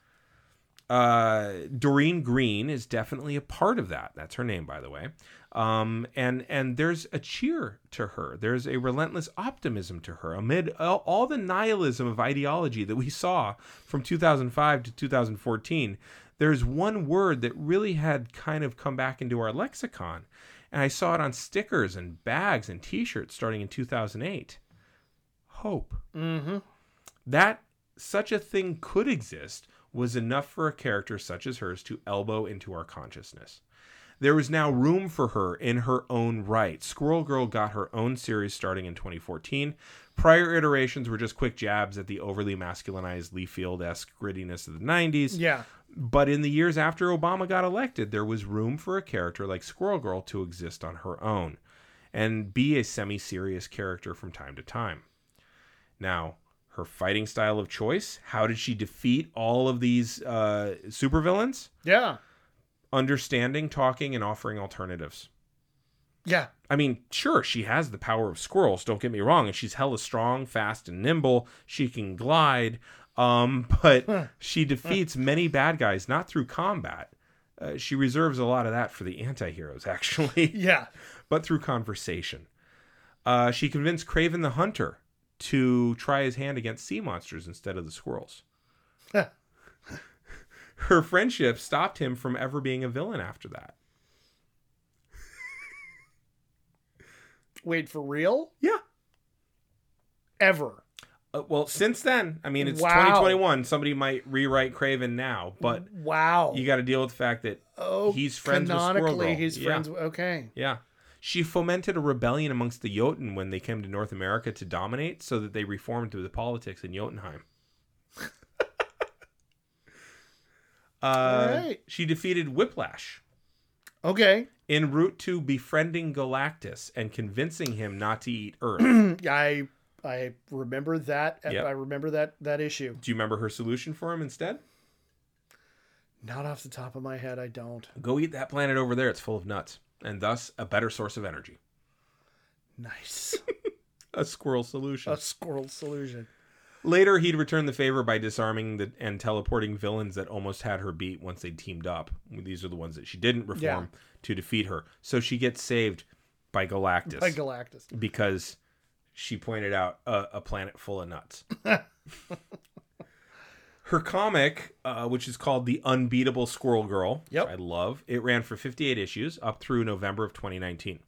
[SPEAKER 1] Uh, Doreen Green is definitely a part of that. That's her name, by the way. Um, and and there's a cheer to her. There's a relentless optimism to her amid all, all the nihilism of ideology that we saw from 2005 to 2014. There's one word that really had kind of come back into our lexicon, and I saw it on stickers and bags and T-shirts starting in 2008. Hope
[SPEAKER 3] Mm-hmm.
[SPEAKER 1] that such a thing could exist was enough for a character such as hers to elbow into our consciousness. There was now room for her in her own right. Squirrel Girl got her own series starting in 2014. Prior iterations were just quick jabs at the overly masculinized Lee Field esque grittiness of the 90s.
[SPEAKER 3] Yeah.
[SPEAKER 1] But in the years after Obama got elected, there was room for a character like Squirrel Girl to exist on her own and be a semi serious character from time to time. Now, her fighting style of choice, how did she defeat all of these uh, supervillains?
[SPEAKER 3] Yeah.
[SPEAKER 1] Understanding, talking, and offering alternatives.
[SPEAKER 3] Yeah.
[SPEAKER 1] I mean, sure, she has the power of squirrels, don't get me wrong, and she's hella strong, fast, and nimble. She can glide. Um, *laughs* but she
[SPEAKER 3] Hmm.
[SPEAKER 1] defeats many bad guys not through combat. Uh, she reserves a lot of that for the anti heroes, *laughs* actually,
[SPEAKER 3] Yeah.
[SPEAKER 1] but through conversation. Uh, she convinced Craven the Hunter to try his hand against sea monsters instead of the squirrels.
[SPEAKER 3] Huh.
[SPEAKER 1] *laughs* Her friendship stopped him from ever being a villain after that.
[SPEAKER 3] Wait for real?
[SPEAKER 1] Yeah.
[SPEAKER 3] Ever?
[SPEAKER 1] Uh, well, since then, I mean, it's
[SPEAKER 3] Wow.
[SPEAKER 1] 2021. Somebody might rewrite Craven now, but
[SPEAKER 3] wow.
[SPEAKER 1] you got to deal with the fact that,
[SPEAKER 3] oh,
[SPEAKER 1] he's friends with Squirrel
[SPEAKER 3] canonically,
[SPEAKER 1] Girl.
[SPEAKER 3] he's
[SPEAKER 1] Yeah.
[SPEAKER 3] friends. With, okay.
[SPEAKER 1] yeah, she fomented a rebellion amongst the Jotun when they came to North America to dominate, so that they reformed through the politics in *laughs* Jotunheim. uh,
[SPEAKER 3] right.
[SPEAKER 1] She defeated Whiplash
[SPEAKER 3] Okay.
[SPEAKER 1] en route to befriending Galactus and convincing him not to eat Earth. *clears throat*
[SPEAKER 3] *clears throat*
[SPEAKER 1] Do
[SPEAKER 3] I I remember that. uh,
[SPEAKER 1] Yep.
[SPEAKER 3] I remember that that issue.
[SPEAKER 1] you remember her solution for him instead?
[SPEAKER 3] Not off the top of my head, I don't.
[SPEAKER 1] Go eat that planet over there. It's full of nuts, and thus a better source of energy.
[SPEAKER 3] Nice. *laughs*
[SPEAKER 1] a squirrel solution.
[SPEAKER 3] A squirrel solution.
[SPEAKER 1] Later, he'd return the favor by disarming the, and teleporting villains that almost had her beat once they teamed up. These are the ones that she didn't reform to defeat her. So she gets saved by Galactus
[SPEAKER 3] By Galactus.
[SPEAKER 1] because she pointed out a, a planet full of nuts. Her comic, uh, which is called The Unbeatable Squirrel Girl,
[SPEAKER 3] Yep.
[SPEAKER 1] which I love, it ran for 58 issues up through November of 2019.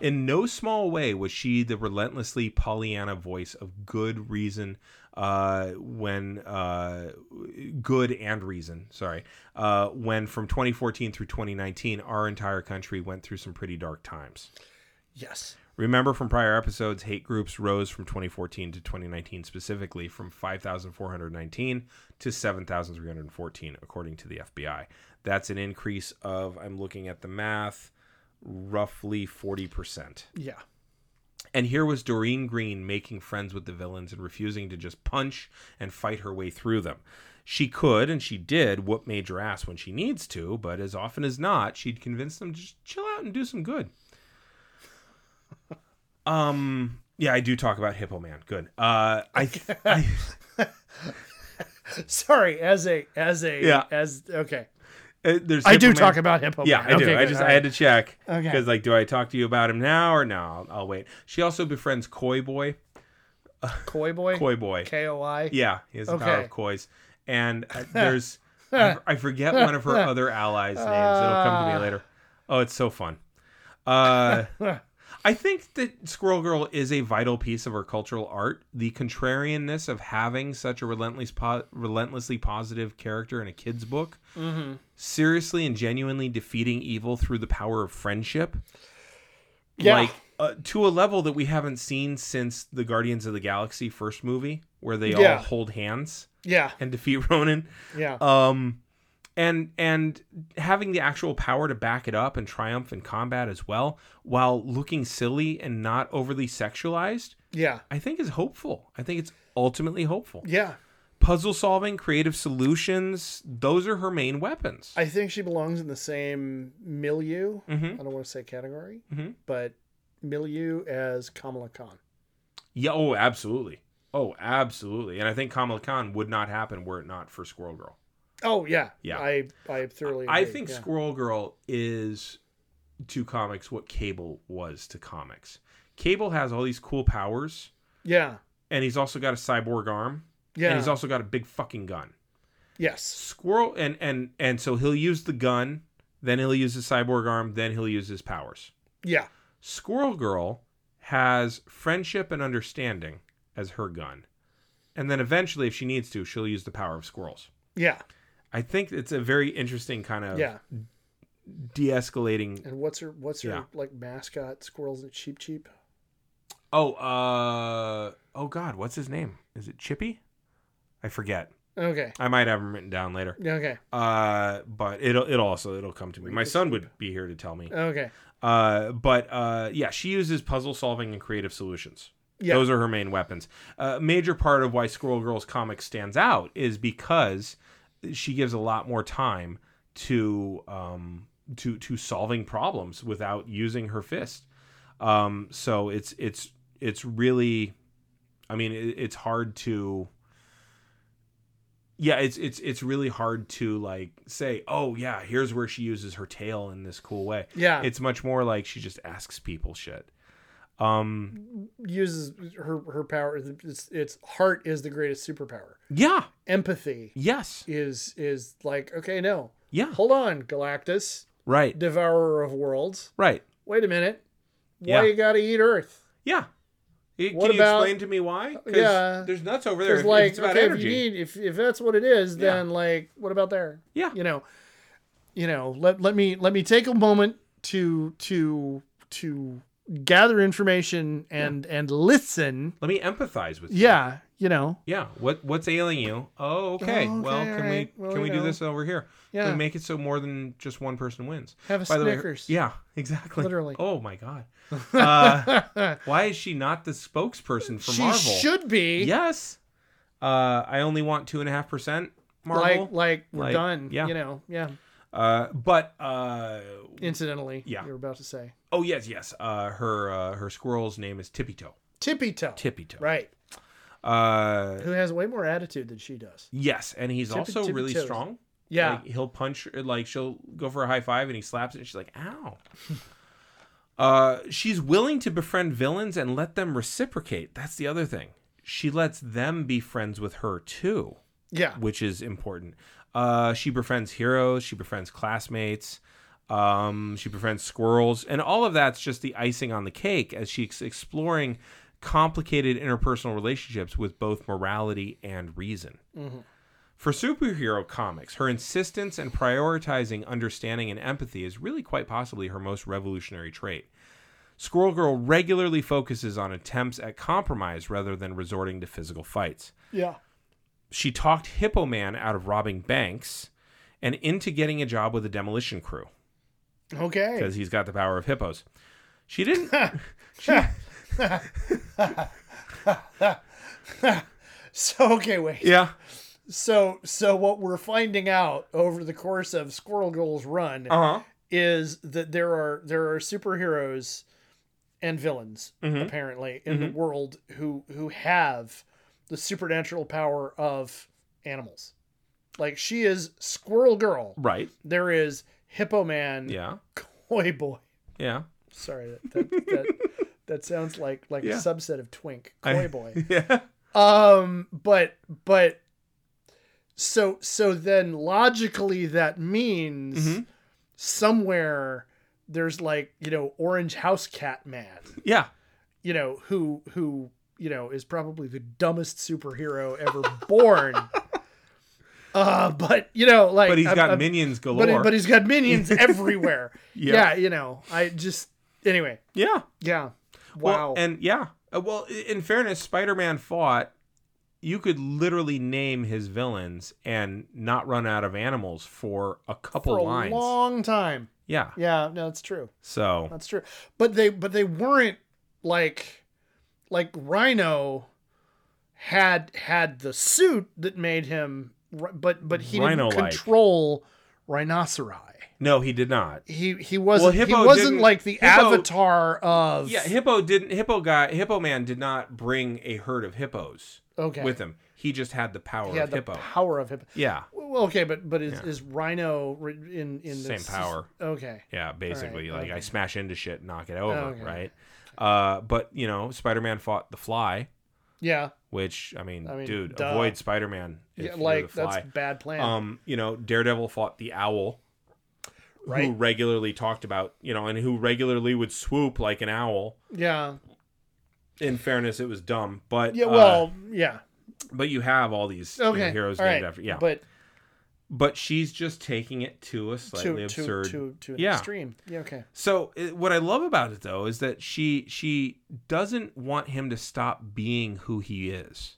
[SPEAKER 1] In no small way was she the relentlessly Pollyanna voice of good reason uh, when, uh, good and reason, sorry, uh, when from 2014 through 2019, our entire country went through some pretty dark times.
[SPEAKER 3] Yes.
[SPEAKER 1] Remember from prior episodes, hate groups rose from 2014 to 2019, specifically from 5,419 to 7,314, according to the FBI. That's an increase of, I'm looking at the math, roughly 40%.
[SPEAKER 3] Yeah. *laughs*
[SPEAKER 1] And here was Doreen Green making friends with the villains and refusing to just punch and fight her way through them. She could, and she did, whoop Major ass when she needs to, but as often as not, she'd convince them to just chill out and do some
[SPEAKER 3] *laughs*
[SPEAKER 1] good. Um, yeah, I do talk about Hippo Man. Good. Uh, I,
[SPEAKER 3] *laughs*
[SPEAKER 1] I
[SPEAKER 3] Sorry, as a as a
[SPEAKER 1] Yeah.
[SPEAKER 3] as okay.
[SPEAKER 1] uh, there's
[SPEAKER 3] I do
[SPEAKER 1] Hippo Man-
[SPEAKER 3] talk about Hippo.
[SPEAKER 1] Yeah,
[SPEAKER 3] Man.
[SPEAKER 1] I do.
[SPEAKER 3] Okay,
[SPEAKER 1] I
[SPEAKER 3] good.
[SPEAKER 1] just
[SPEAKER 3] All
[SPEAKER 1] I
[SPEAKER 3] right.
[SPEAKER 1] had to check because
[SPEAKER 3] Okay.
[SPEAKER 1] like, do I talk to you about him now or no? I'll, I'll wait. She also befriends Koi Boy.
[SPEAKER 3] Koi boy.
[SPEAKER 1] Koi Boy.
[SPEAKER 3] K O I.
[SPEAKER 1] Yeah, he has the power
[SPEAKER 3] Okay.
[SPEAKER 1] of koi's.
[SPEAKER 3] *laughs*
[SPEAKER 1] And uh, there's, I I forget one of her
[SPEAKER 3] *laughs*
[SPEAKER 1] other allies' names. It'll come to me later. Oh, it's so fun. Uh, I think that Squirrel Girl is a vital piece of our cultural art. The contrarianness of having such a relentless, po- relentlessly positive character in a kid's book,
[SPEAKER 3] Mm-hmm.
[SPEAKER 1] seriously and genuinely defeating evil through the power of friendship,
[SPEAKER 3] Yeah.
[SPEAKER 1] like uh, to a level that we haven't seen since the Guardians of the Galaxy first movie, where they all
[SPEAKER 3] Yeah.
[SPEAKER 1] hold hands
[SPEAKER 3] yeah,
[SPEAKER 1] and *laughs* defeat Ronan
[SPEAKER 3] yeah,
[SPEAKER 1] um and and having the actual power to back it up and triumph in combat as well while looking silly and not overly sexualized
[SPEAKER 3] yeah,
[SPEAKER 1] i think is hopeful i think it's ultimately hopeful
[SPEAKER 3] yeah.
[SPEAKER 1] puzzle solving creative solutions those are her main weapons
[SPEAKER 3] I think she belongs in the same milieu.
[SPEAKER 1] Mhm.
[SPEAKER 3] I don't want to say category,
[SPEAKER 1] Mhm.
[SPEAKER 3] but milieu as Kamala Khan.
[SPEAKER 1] yeah oh absolutely oh absolutely and i think kamala khan would not happen were it not for squirrel girl
[SPEAKER 3] Oh yeah,
[SPEAKER 1] Yeah.
[SPEAKER 3] I I thoroughly.
[SPEAKER 1] i
[SPEAKER 3] agree,
[SPEAKER 1] think
[SPEAKER 3] yeah.
[SPEAKER 1] squirrel girl is to comics what cable was to comics cable has all these cool powers
[SPEAKER 3] Yeah,
[SPEAKER 1] and he's also got a cyborg arm
[SPEAKER 3] yeah.
[SPEAKER 1] and he's also got a big fucking gun
[SPEAKER 3] yes,
[SPEAKER 1] squirrel and and and so he'll use the gun then he'll use his cyborg arm then he'll use his powers
[SPEAKER 3] yeah,
[SPEAKER 1] squirrel girl has friendship and understanding as her gun and then eventually if she needs to she'll use the power of squirrels
[SPEAKER 3] yeah,
[SPEAKER 1] i think it's a very interesting kind of
[SPEAKER 3] yeah.
[SPEAKER 1] de-escalating
[SPEAKER 3] And what's her what's her
[SPEAKER 1] Yeah.
[SPEAKER 3] like mascot? Squirrels and Cheep Cheep.
[SPEAKER 1] oh uh oh god what's his name is it chippy i forget
[SPEAKER 3] Okay,
[SPEAKER 1] i might have him written down later
[SPEAKER 3] Yeah, okay,
[SPEAKER 1] uh but it'll it'll also it'll come to me my son would be here to tell me
[SPEAKER 3] okay.
[SPEAKER 1] uh but uh yeah she uses puzzle solving and creative solutions
[SPEAKER 3] Yeah,
[SPEAKER 1] those are her main weapons a major part of why squirrel girl's comic stands out is because she gives a lot more time to um to to solving problems without using her fist um so it's it's it's really i mean it, it's hard to yeah it's it's it's really hard to like say oh yeah here's where she uses her tail in this cool way
[SPEAKER 3] yeah.
[SPEAKER 1] it's much more like she just asks people shit um
[SPEAKER 3] uses her her power. It's, it's heart is the greatest superpower.
[SPEAKER 1] yeah
[SPEAKER 3] Empathy
[SPEAKER 1] yes
[SPEAKER 3] is is like okay, no,
[SPEAKER 1] yeah
[SPEAKER 3] hold on, Galactus,
[SPEAKER 1] right
[SPEAKER 3] devourer of worlds.
[SPEAKER 1] right
[SPEAKER 3] Wait a minute,
[SPEAKER 1] Yeah.
[SPEAKER 3] why you gotta eat Earth?
[SPEAKER 1] yeah Y-
[SPEAKER 3] What
[SPEAKER 1] can you
[SPEAKER 3] about-
[SPEAKER 1] explain to me why 'Cause
[SPEAKER 3] Yeah.
[SPEAKER 1] there's nuts over there
[SPEAKER 3] Because
[SPEAKER 1] if- if
[SPEAKER 3] like,
[SPEAKER 1] it's about
[SPEAKER 3] okay, if you
[SPEAKER 1] energy
[SPEAKER 3] need, if if that's what it is, then like, what about there?
[SPEAKER 1] Yeah.
[SPEAKER 3] you know, you know. Let let me let me take a moment to to to gather information and and listen.
[SPEAKER 1] let me empathize with you
[SPEAKER 3] Yeah, you know.
[SPEAKER 1] yeah what what's ailing you oh okay,
[SPEAKER 3] Oh, okay,
[SPEAKER 1] well
[SPEAKER 3] all
[SPEAKER 1] can
[SPEAKER 3] right.
[SPEAKER 1] we
[SPEAKER 3] Well,
[SPEAKER 1] can
[SPEAKER 3] you
[SPEAKER 1] we do
[SPEAKER 3] know.
[SPEAKER 1] this over here
[SPEAKER 3] Yeah,
[SPEAKER 1] Can we make it so more than just one person wins
[SPEAKER 3] have a
[SPEAKER 1] By the way,
[SPEAKER 3] Snickers.
[SPEAKER 1] yeah, exactly.
[SPEAKER 3] Literally.
[SPEAKER 1] Oh my
[SPEAKER 3] *laughs*
[SPEAKER 1] god. Uh, why is she not the spokesperson for
[SPEAKER 3] she
[SPEAKER 1] Marvel?
[SPEAKER 3] should be.
[SPEAKER 1] Yes. Uh, I only want two and a half percent Marvel.
[SPEAKER 3] Like, like we're
[SPEAKER 1] Like,
[SPEAKER 3] done.
[SPEAKER 1] yeah.
[SPEAKER 3] You know, yeah.
[SPEAKER 1] uh, but uh,
[SPEAKER 3] Incidentally,
[SPEAKER 1] Yeah.
[SPEAKER 3] you were about to say
[SPEAKER 1] oh yes, yes. Uh, her uh, her squirrel's name is Tippy Toe.
[SPEAKER 3] tippy toe.
[SPEAKER 1] Tippy Toe.
[SPEAKER 3] Right.
[SPEAKER 1] Uh,
[SPEAKER 3] Who has way more attitude than she does?
[SPEAKER 1] yes, and he's
[SPEAKER 3] Tippy-
[SPEAKER 1] also
[SPEAKER 3] Tippy
[SPEAKER 1] really
[SPEAKER 3] Toes.
[SPEAKER 1] strong.
[SPEAKER 3] Yeah.
[SPEAKER 1] Like, he'll punch like she'll go for a high five and he slaps it and she's like, ow. *laughs* uh she's willing to befriend villains and let them reciprocate. That's the other thing. She lets them be friends with her too,
[SPEAKER 3] yeah.
[SPEAKER 1] which is important. Uh she befriends heroes, she befriends classmates, um, she befriends squirrels, and all of that's just the icing on the cake as she's exploring complicated interpersonal relationships with both morality and reason. For superhero comics, her insistence and prioritizing understanding and empathy is really quite possibly her most revolutionary trait. Squirrel Girl regularly focuses on attempts at compromise rather than resorting to physical fights. *laughs*
[SPEAKER 3] Yeah.
[SPEAKER 1] She talked Hippo Man out of robbing banks and into getting a job with a demolition crew *laughs*
[SPEAKER 3] Okay.
[SPEAKER 1] because he's got the power of hippos. She
[SPEAKER 3] *laughs*
[SPEAKER 1] didn't.
[SPEAKER 3] So okay, wait.
[SPEAKER 1] yeah.
[SPEAKER 3] So so what we're finding out over the course of Squirrel Girl's run
[SPEAKER 1] Uh huh.
[SPEAKER 3] is that there are there are superheroes and villains
[SPEAKER 1] Mm-hmm.
[SPEAKER 3] apparently in the world who who have the supernatural power of animals. Like she is Squirrel Girl.
[SPEAKER 1] Right.
[SPEAKER 3] There is Hippo Man,
[SPEAKER 1] Yeah.
[SPEAKER 3] *laughs* Koi Boy. *laughs*
[SPEAKER 1] Yeah.
[SPEAKER 3] Sorry, that that, that, that sounds like like
[SPEAKER 1] Yeah.
[SPEAKER 3] a subset of Twink,
[SPEAKER 1] I-
[SPEAKER 3] Koi Boy.
[SPEAKER 1] Yeah.
[SPEAKER 3] Um, but but so so then logically that means
[SPEAKER 1] Mhm.
[SPEAKER 3] somewhere there's like you know Orange House Cat Man,
[SPEAKER 1] Yeah.
[SPEAKER 3] you know who who you know is probably the dumbest superhero ever
[SPEAKER 1] *laughs*
[SPEAKER 3] born. Uh, but you know, like,
[SPEAKER 1] But he's
[SPEAKER 3] I'm-
[SPEAKER 1] got
[SPEAKER 3] I'm-
[SPEAKER 1] minions galore.
[SPEAKER 3] but, but he's
[SPEAKER 1] *laughs*
[SPEAKER 3] got minions everywhere.
[SPEAKER 1] Yeah.
[SPEAKER 3] yeah. you know, I just anyway,
[SPEAKER 1] yeah.
[SPEAKER 3] yeah. Wow.
[SPEAKER 1] Well, and yeah. Uh, well, i- in fairness, Spider-Man fought. You could literally name his villains and not run out of animals for a couple
[SPEAKER 3] for a
[SPEAKER 1] lines.
[SPEAKER 3] long time.
[SPEAKER 1] yeah.
[SPEAKER 3] Yeah, no, it's true.
[SPEAKER 1] So
[SPEAKER 3] That's true. But they but they weren't like like Rhino had had the suit that made him ri- but but he didn't
[SPEAKER 1] Rhino-like.
[SPEAKER 3] control rhinoceri.
[SPEAKER 1] no, he did not.
[SPEAKER 3] He he wasn't he
[SPEAKER 1] Hippo
[SPEAKER 3] wasn't
[SPEAKER 1] didn't-
[SPEAKER 3] like the
[SPEAKER 1] Hippo-
[SPEAKER 3] avatar of
[SPEAKER 1] Yeah, hippo didn't. Hippo guy. Hippo man did not bring a herd of hippos
[SPEAKER 3] okay.
[SPEAKER 1] with him. He just had the power
[SPEAKER 3] he had
[SPEAKER 1] of
[SPEAKER 3] the
[SPEAKER 1] hippo.
[SPEAKER 3] power of hippo.
[SPEAKER 1] yeah,
[SPEAKER 3] Well, okay, but but is,
[SPEAKER 1] Yeah.
[SPEAKER 3] is Rhino re- in in
[SPEAKER 1] Same
[SPEAKER 3] this,
[SPEAKER 1] power.
[SPEAKER 3] Okay,
[SPEAKER 1] yeah. Basically, like I
[SPEAKER 3] okay.
[SPEAKER 1] smash into shit, knock it over,
[SPEAKER 3] Okay.
[SPEAKER 1] right? Uh, but you know, Spider-Man fought the Fly,
[SPEAKER 3] yeah,
[SPEAKER 1] which I mean,
[SPEAKER 3] I mean,
[SPEAKER 1] dude,
[SPEAKER 3] duh.
[SPEAKER 1] avoid Spider-Man. If
[SPEAKER 3] yeah
[SPEAKER 1] you're
[SPEAKER 3] like
[SPEAKER 1] the fly.
[SPEAKER 3] that's a bad plan.
[SPEAKER 1] um you know daredevil fought the owl who
[SPEAKER 3] Right.
[SPEAKER 1] regularly talked about you know and who regularly would swoop like an owl
[SPEAKER 3] yeah,
[SPEAKER 1] in fairness it was dumb but
[SPEAKER 3] yeah.
[SPEAKER 1] uh,
[SPEAKER 3] Well, yeah.
[SPEAKER 1] but you have all these you know,
[SPEAKER 3] Okay,
[SPEAKER 1] heroes
[SPEAKER 3] all
[SPEAKER 1] named
[SPEAKER 3] right.
[SPEAKER 1] after yeah but,
[SPEAKER 3] but
[SPEAKER 1] she's just taking it to a slightly
[SPEAKER 3] to,
[SPEAKER 1] absurd
[SPEAKER 3] to to to an
[SPEAKER 1] Yeah.
[SPEAKER 3] extreme. Yeah. Okay.
[SPEAKER 1] so it, what i love about it though is that she she doesn't want him to stop being who he is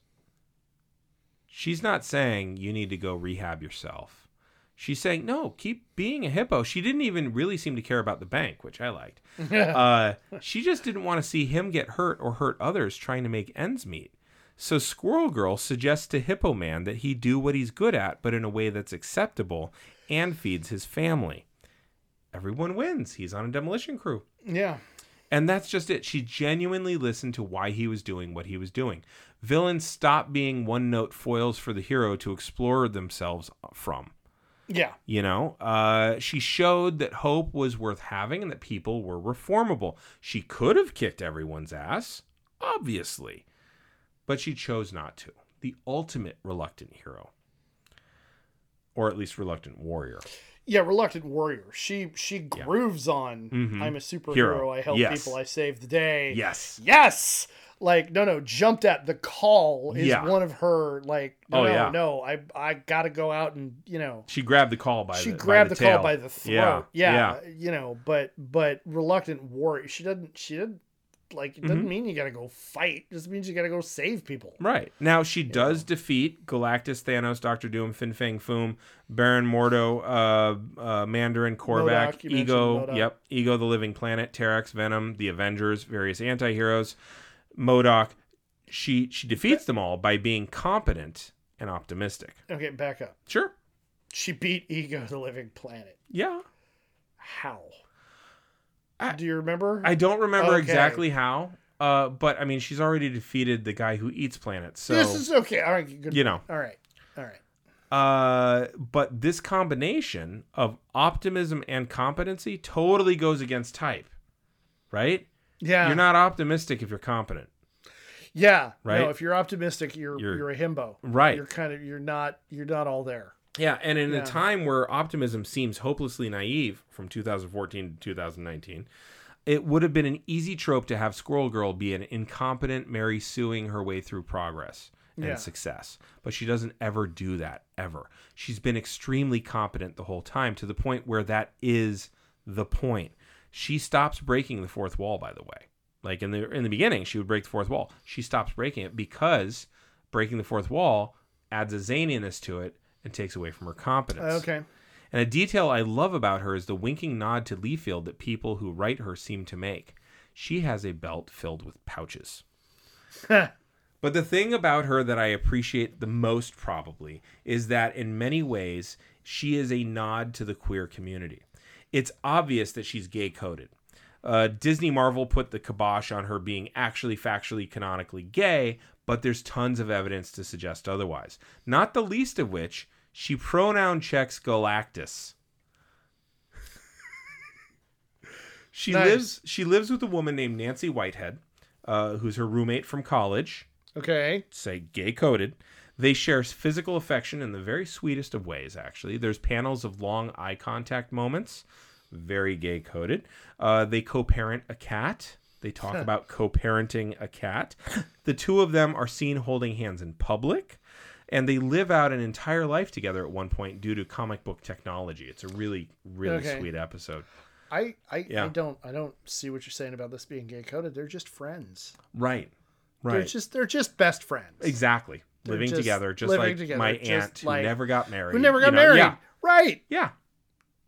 [SPEAKER 1] she's not saying you need to go rehab yourself she's saying no keep being a hippo she didn't even really seem to care about the bank which i liked uh, she just didn't want to see him get hurt or hurt others trying to make ends meet so squirrel girl suggests to hippo man that he do what he's good at but in a way that's acceptable and feeds his family everyone wins he's on a demolition crew
[SPEAKER 3] Yeah.
[SPEAKER 1] and that's just it. She genuinely listened to why he was doing what he was doing. Villains stop being one note foils for the hero to explore themselves from.
[SPEAKER 3] Yeah.
[SPEAKER 1] You know, uh, she showed that hope was worth having and that people were reformable. She could have kicked everyone's ass, obviously, but she chose not to. The ultimate reluctant hero, or at least reluctant warrior.
[SPEAKER 3] Yeah. Reluctant warrior. She she grooves on.
[SPEAKER 1] Mhm.
[SPEAKER 3] I'm a superhero.
[SPEAKER 1] Hero.
[SPEAKER 3] I help
[SPEAKER 1] Yes.
[SPEAKER 3] people. I save the day.
[SPEAKER 1] Yes.
[SPEAKER 3] Yes. Like no no jumped at the call is
[SPEAKER 1] Yeah.
[SPEAKER 3] one of her like no
[SPEAKER 1] Oh,
[SPEAKER 3] no,
[SPEAKER 1] yeah.
[SPEAKER 3] no I I gotta go out and you know
[SPEAKER 1] She grabbed the call by
[SPEAKER 3] she
[SPEAKER 1] the, by
[SPEAKER 3] grabbed the,
[SPEAKER 1] tail.
[SPEAKER 3] call by the
[SPEAKER 1] Yeah,
[SPEAKER 3] throat. Yeah, you know, but but reluctant warrior. She doesn't. She didn't like. It doesn't mean you gotta go fight. It just means you gotta go save people.
[SPEAKER 1] Mm-hmm. Right. Now she does defeat Galactus, Thanos, Doctor Doom, Fin Fang Foom, Baron Mordo, uh, uh, Mandarin, Korvac,
[SPEAKER 3] Modok, you mentioned
[SPEAKER 1] Ego,
[SPEAKER 3] Modok.
[SPEAKER 1] yep, Ego the Living Planet, Terex, Venom, the Avengers, various anti-heroes, Modoc. She she defeats them all by being competent and optimistic.
[SPEAKER 3] Okay, back up.
[SPEAKER 1] Sure.
[SPEAKER 3] She beat Ego the Living Planet.
[SPEAKER 1] Yeah.
[SPEAKER 3] How?
[SPEAKER 1] I-
[SPEAKER 3] Do you remember?
[SPEAKER 1] I don't remember
[SPEAKER 3] Okay.
[SPEAKER 1] exactly how, uh, but I mean she's already defeated the guy who eats planets. So
[SPEAKER 3] this is okay. All right, good.
[SPEAKER 1] you know.
[SPEAKER 3] All right, all right.
[SPEAKER 1] Uh, but this combination of optimism and competency totally goes against type, right?
[SPEAKER 3] Yeah,
[SPEAKER 1] You're not optimistic if you're competent,
[SPEAKER 3] Yeah,
[SPEAKER 1] Right?
[SPEAKER 3] No, if you're optimistic, you're
[SPEAKER 1] You're-
[SPEAKER 3] you're, a himbo.
[SPEAKER 1] right?
[SPEAKER 3] You're kind of you're not you're not all there.
[SPEAKER 1] yeah, and in
[SPEAKER 3] Yeah.
[SPEAKER 1] a time where optimism seems hopelessly naive from 2014 to 2019, it would have been an easy trope to have Squirrel Girl be an incompetent Mary suing her way through progress and
[SPEAKER 3] Yeah.
[SPEAKER 1] success. But she doesn't ever do that, ever. She's been extremely competent the whole time to the point where that is the point. She stops breaking the fourth wall, by the way. Like in the in the beginning, she would break the fourth wall. She stops breaking it because breaking the fourth wall adds a zaniness to it and takes away from her competence.
[SPEAKER 3] Uh, Okay.
[SPEAKER 1] And a detail I love about her is the winking nod to Leafield that people who write her seem to make. She has a belt filled with pouches. but the thing about her that I appreciate the most, probably, is that in many ways, she is a nod to the queer community. It's obvious that she's gay coded. Uh, Disney Marvel put the kibosh on her being actually factually canonically gay, but there's tons of evidence to suggest otherwise. Not the least of which, she pronoun checks Galactus. she
[SPEAKER 3] Nice.
[SPEAKER 1] lives she lives with a woman named Nancy Whitehead, uh, who's her roommate from college
[SPEAKER 3] Okay.
[SPEAKER 1] say gay coded. They share physical affection in the very sweetest of ways, actually. There's panels of long eye contact moments, very gay coded. Uh, they co parent a cat. They talk about co parenting
[SPEAKER 4] *laughs*
[SPEAKER 1] a cat. The two of them are seen holding hands in public, and they live out an entire life together at one point due to comic book technology. It's a really, really
[SPEAKER 4] Okay.
[SPEAKER 1] sweet episode.
[SPEAKER 4] I I,
[SPEAKER 1] Yeah.
[SPEAKER 4] I don't I don't see what you're saying about this being gay coded. They're just friends.
[SPEAKER 1] Right.
[SPEAKER 4] They're
[SPEAKER 1] Right.
[SPEAKER 4] just they're just best friends.
[SPEAKER 1] exactly. Living
[SPEAKER 4] just
[SPEAKER 1] together, just
[SPEAKER 4] living
[SPEAKER 1] like
[SPEAKER 4] together,
[SPEAKER 1] my
[SPEAKER 4] just
[SPEAKER 1] aunt
[SPEAKER 4] like-
[SPEAKER 1] who never got married.
[SPEAKER 4] Who never
[SPEAKER 1] you
[SPEAKER 4] got
[SPEAKER 1] know?
[SPEAKER 4] married.
[SPEAKER 1] Yeah.
[SPEAKER 4] Right.
[SPEAKER 1] yeah.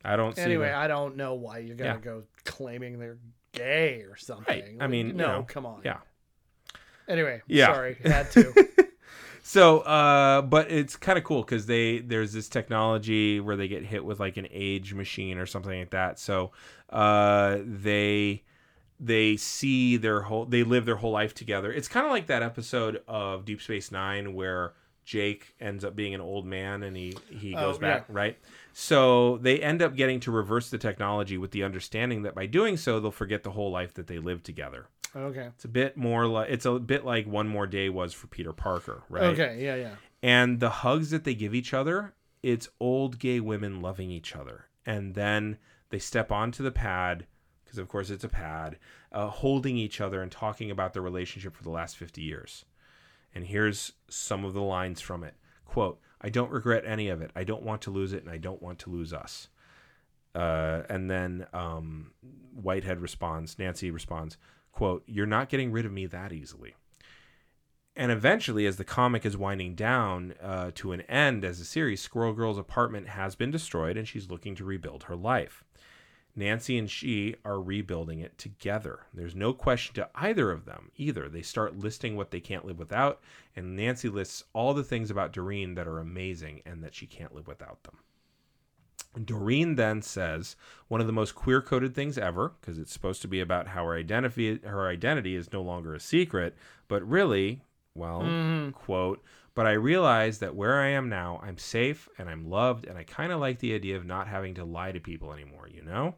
[SPEAKER 1] I don't see
[SPEAKER 4] Anyway,
[SPEAKER 1] that.
[SPEAKER 4] I don't know why you're gonna
[SPEAKER 1] Yeah.
[SPEAKER 4] go claiming they're gay or something.
[SPEAKER 1] Right. I
[SPEAKER 4] Like,
[SPEAKER 1] mean, you
[SPEAKER 4] no,
[SPEAKER 1] know,
[SPEAKER 4] come on.
[SPEAKER 1] yeah.
[SPEAKER 4] Anyway,
[SPEAKER 1] Yeah. *laughs*
[SPEAKER 4] sorry, had to.
[SPEAKER 1] So, uh, but it's kind of cool because they there's this technology where they get hit with like an age machine or something like that. So, uh, they they see their whole they live their whole life together. It's kind of like that episode of Deep Space Nine where Jake ends up being an old man and he he
[SPEAKER 4] Oh,
[SPEAKER 1] goes back right. So they end up getting to reverse the technology with the understanding that by doing so they'll forget the whole life that they lived together.
[SPEAKER 4] okay.
[SPEAKER 1] It's a bit more like it's a bit like one more day was for Peter Parker, right?
[SPEAKER 4] Okay. Yeah. Yeah.
[SPEAKER 1] and the hugs that they give each other it's old gay women loving each other and then they step onto the pad because of course it's a pad uh, holding each other and talking about their relationship for the last 50 years and here's some of the lines from it quote i don't regret any of it i don't want to lose it and i don't want to lose us uh, and then um, whitehead responds nancy responds quote you're not getting rid of me that easily and eventually, as the comic is winding down uh, to an end as a series, Squirrel Girl's apartment has been destroyed and she's looking to rebuild her life. Nancy and she are rebuilding it together. There's no question to either of them either. They start listing what they can't live without, and Nancy lists all the things about Doreen that are amazing and that she can't live without them. Doreen then says one of the most queer coded things ever, because it's supposed to be about how her identity her identity is no longer a secret, but really, well,
[SPEAKER 4] Mm-hmm.
[SPEAKER 1] quote, but I realize that where I am now, I'm safe and I'm loved, and I kinda like the idea of not having to lie to people anymore, you know?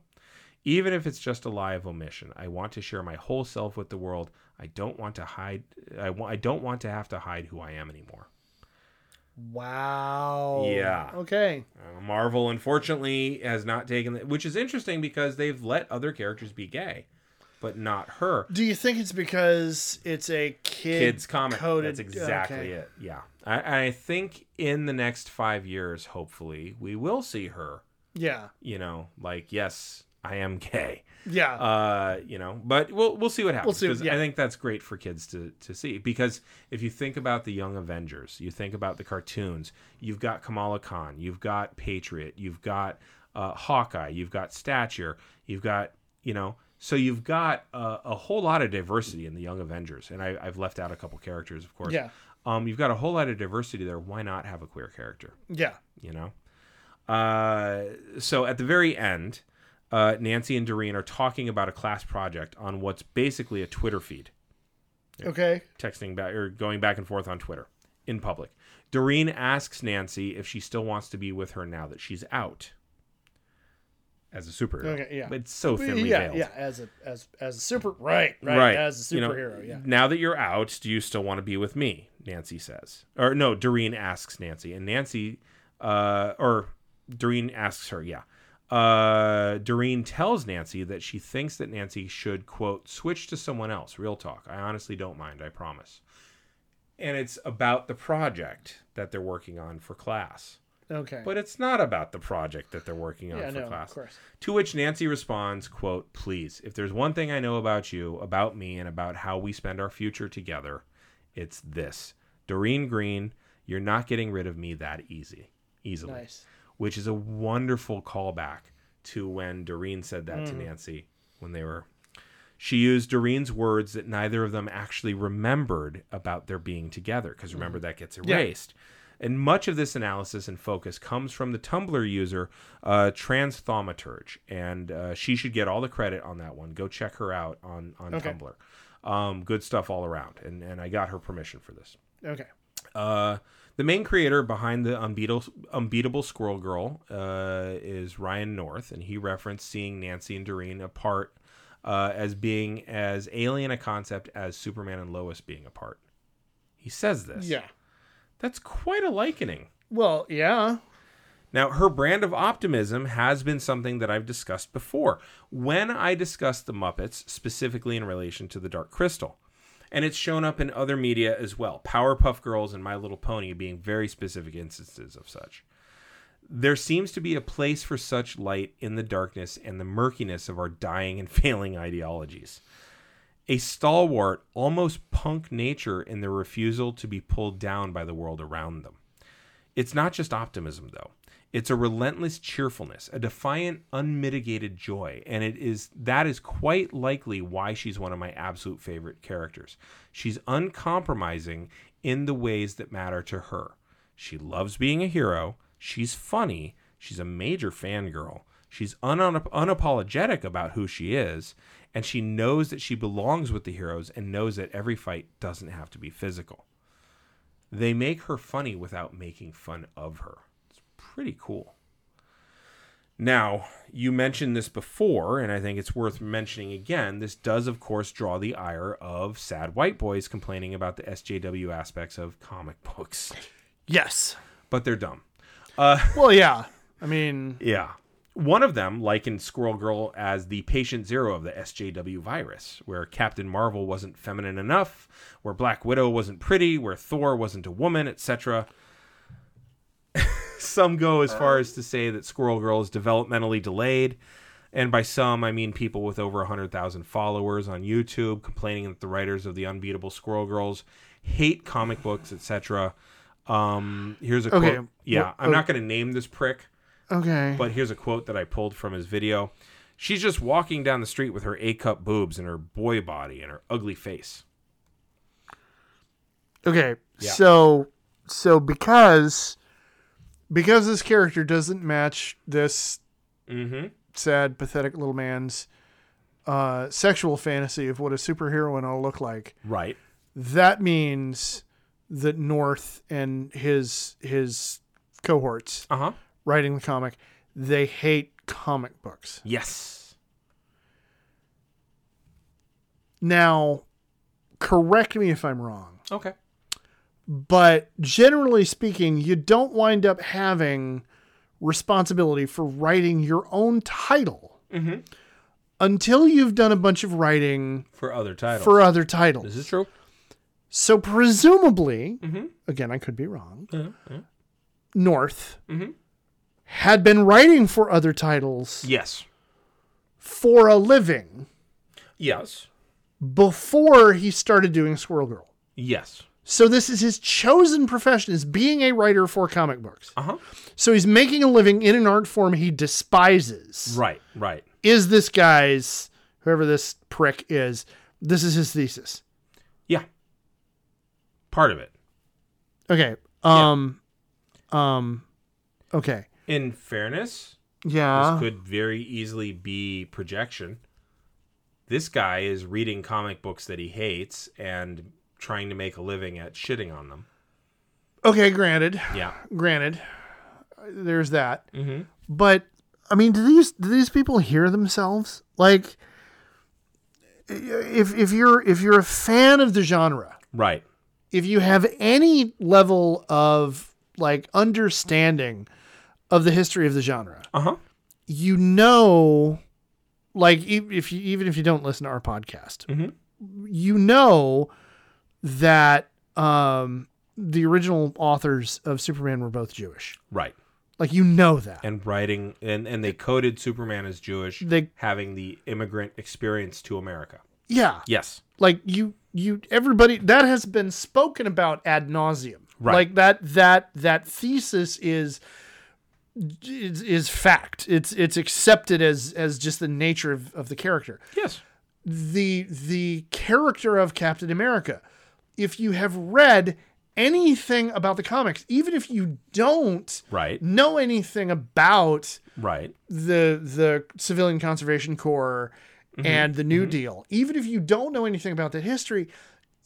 [SPEAKER 1] Even if it's just a lie of omission, I want to share my whole self with the world. I don't want to hide. I, wa- I don't want to have to hide who I am anymore.
[SPEAKER 4] Wow.
[SPEAKER 1] Yeah.
[SPEAKER 4] Okay.
[SPEAKER 1] Uh, Marvel, unfortunately, has not taken that, which is interesting because they've let other characters be gay, but not her.
[SPEAKER 4] Do you think it's because it's a kid
[SPEAKER 1] Kids comic.
[SPEAKER 4] coded?
[SPEAKER 1] That's exactly
[SPEAKER 4] okay.
[SPEAKER 1] it. Yeah. I, I think in the next five years, hopefully, we will see her,
[SPEAKER 4] Yeah.
[SPEAKER 1] you know, like, yes, I am gay.
[SPEAKER 4] Yeah.
[SPEAKER 1] Uh, you know, but we'll we'll see what happens.
[SPEAKER 4] see,
[SPEAKER 1] 'cause
[SPEAKER 4] yeah.
[SPEAKER 1] I think that's great for kids to to see because if you think about the Young Avengers, you think about the cartoons. You've got Kamala Khan, you've got Patriot, you've got uh, Hawkeye, you've got Stature, you've got you know. So you've got a, a whole lot of diversity in the Young Avengers, and I, I've left out a couple characters, of course.
[SPEAKER 4] Yeah.
[SPEAKER 1] Um, you've got a whole lot of diversity there. Why not have a queer character?
[SPEAKER 4] yeah.
[SPEAKER 1] you know uh, so at the very end uh, nancy and doreen are talking about a class project on what's basically a twitter feed
[SPEAKER 4] Okay.
[SPEAKER 1] texting back or going back and forth on twitter in public doreen asks nancy if she still wants to be with her now that she's out as a superhero
[SPEAKER 4] Okay, yeah.
[SPEAKER 1] but it's so thinly
[SPEAKER 4] yeah.
[SPEAKER 1] veiled
[SPEAKER 4] Yeah. As a as as a super right right, as a
[SPEAKER 1] You know,
[SPEAKER 4] superhero. yeah.
[SPEAKER 1] Now that you're out, do you still want to be with me? Nancy says. Or no, Doreen asks Nancy, and Nancy, uh, or Doreen asks her. Yeah. Uh, Doreen tells Nancy that she thinks that Nancy should quote switch to someone else. Real talk. I honestly don't mind. I promise. And it's about the project that they're working on for class.
[SPEAKER 4] Okay.
[SPEAKER 1] But it's not about the project that they're working on
[SPEAKER 4] yeah.
[SPEAKER 1] for
[SPEAKER 4] No.
[SPEAKER 1] class.
[SPEAKER 4] Of course.
[SPEAKER 1] To which Nancy responds, quote, Please, if there's one thing I know about you, about me, and about how we spend our future together, it's this. Doreen Green, you're not getting rid of me that easy easily.
[SPEAKER 4] Nice.
[SPEAKER 1] Which is a wonderful callback to when Doreen said that to Nancy when they were she used Doreen's words that neither of them actually remembered about their being together, because remember that gets erased. And much of this analysis and focus comes from the Tumblr user uh, Transthomaturge, and uh, she should get all the credit on that one. Go check her out on on
[SPEAKER 4] Okay.
[SPEAKER 1] Tumblr. Um, good stuff all around, and and I got her permission for this.
[SPEAKER 4] Okay.
[SPEAKER 1] Uh, the main creator behind the unbeatable, unbeatable Squirrel Girl uh, is Ryan North, and he referenced seeing Nancy and Doreen apart uh, as being as alien a concept as Superman and Lois being apart. He says this.
[SPEAKER 4] Yeah.
[SPEAKER 1] That's quite a likening.
[SPEAKER 4] Well. Yeah.
[SPEAKER 1] Now, her brand of optimism has been something that I've discussed before when I discussed the Muppets, specifically in relation to the Dark Crystal. And it's shown up in other media as well Powerpuff Girls and My Little Pony being very specific instances of such. There seems to be a place for such light in the darkness and the murkiness of our dying and *laughs* failing ideologies a stalwart, almost punk nature in their refusal to be pulled down by the world around them. It's not just optimism, though. It's a relentless cheerfulness, a defiant, unmitigated joy, and it is that is quite likely why she's one of my absolute favorite characters. She's uncompromising in the ways that matter to her. She loves being a hero, she's funny, she's a major fangirl, she's un- unapologetic about who she is, and she knows that she belongs with the heroes and knows that every fight doesn't have to be physical. They make her funny without making fun of her. It's pretty cool. Now, you mentioned this before, and I think it's worth mentioning again. This does, of course, draw the ire of sad white boys complaining about the SJW aspects of comic books,
[SPEAKER 3] Yes.
[SPEAKER 1] but they're dumb.
[SPEAKER 3] Well, yeah. I mean,
[SPEAKER 1] Yeah. One of them likened Squirrel Girl as the patient zero of the SJW virus, where Captain Marvel wasn't feminine enough, where Black Widow wasn't pretty, where Thor wasn't a woman, etc. *laughs* some go as far as to say that Squirrel Girl is developmentally delayed. And by some, I mean people with over 100,000 followers on YouTube complaining that the writers of the unbeatable Squirrel Girls hate comic books, etc. Um, here's a
[SPEAKER 3] Okay.
[SPEAKER 1] quote. Yeah, I'm not going to name this prick.
[SPEAKER 3] okay.
[SPEAKER 1] But here's a quote that I pulled from his video. She's just walking down the street with her A cup boobs and her boy body and her ugly face.
[SPEAKER 3] Okay.
[SPEAKER 1] Yeah.
[SPEAKER 3] So so because because this character doesn't match this
[SPEAKER 1] Mm-hmm.
[SPEAKER 3] sad, pathetic little man's uh, sexual fantasy of what a superheroine ought to look like,
[SPEAKER 1] Right.
[SPEAKER 3] that means that North and his his cohorts
[SPEAKER 1] Uh huh.
[SPEAKER 3] writing the comic, they hate comic books.
[SPEAKER 1] Yes.
[SPEAKER 3] Now, correct me if I'm wrong,
[SPEAKER 1] Okay.
[SPEAKER 3] but generally speaking, you don't wind up having responsibility for writing your own title
[SPEAKER 1] Mhm.
[SPEAKER 3] until you've done a bunch of writing
[SPEAKER 1] For other titles.
[SPEAKER 3] for other titles.
[SPEAKER 1] this is true.
[SPEAKER 3] So presumably,
[SPEAKER 1] Mhm.
[SPEAKER 3] again, I could be wrong.
[SPEAKER 1] Yeah, yeah.
[SPEAKER 3] North
[SPEAKER 1] Mhm.
[SPEAKER 3] had been writing for other titles
[SPEAKER 1] Yes.
[SPEAKER 3] for a living
[SPEAKER 1] Yes.
[SPEAKER 3] before he started doing Squirrel Girl.
[SPEAKER 1] Yes.
[SPEAKER 3] So this is his chosen profession is being a writer for comic books.
[SPEAKER 1] Uh huh.
[SPEAKER 3] So he's making a living in an art form he despises.
[SPEAKER 1] Right. Right.
[SPEAKER 3] Is this guy's whoever this prick is, this is his thesis.
[SPEAKER 1] Yeah. Part of it.
[SPEAKER 3] Okay. Um um okay.
[SPEAKER 1] In fairness,
[SPEAKER 3] Yeah.
[SPEAKER 1] this could very easily be projection. This guy is reading comic books that he hates and trying to make a living at shitting on them.
[SPEAKER 3] Okay, granted.
[SPEAKER 1] Yeah.
[SPEAKER 3] Granted. There's that.
[SPEAKER 1] Mm-hmm.
[SPEAKER 3] But I mean, do these do these people hear themselves? Like if if you're if you're a fan of the genre,
[SPEAKER 1] Right.
[SPEAKER 3] if you have any level of like understanding of the history of the genre,
[SPEAKER 1] Uh huh.
[SPEAKER 3] you know, like e- if you even if you don't listen to our podcast,
[SPEAKER 1] Mhm.
[SPEAKER 3] you know that um, the original authors of Superman were both Jewish.
[SPEAKER 1] Right.
[SPEAKER 3] Like you know that.
[SPEAKER 1] And writing and and they coded Superman as Jewish,
[SPEAKER 3] They-
[SPEAKER 1] having the immigrant experience to America.
[SPEAKER 3] yeah,
[SPEAKER 1] Yes.
[SPEAKER 3] like you you everybody that has been spoken about ad nauseum
[SPEAKER 1] Right.
[SPEAKER 3] like that that that thesis is is, is fact it's it's accepted as as just the nature of, of the character
[SPEAKER 1] Yes.
[SPEAKER 3] the the character of captain america if you have read anything about the comics even if you don't
[SPEAKER 1] Right.
[SPEAKER 3] know anything about
[SPEAKER 1] Right.
[SPEAKER 3] the the Civilian Conservation Corps and the New Deal, even if you don't know anything about that history,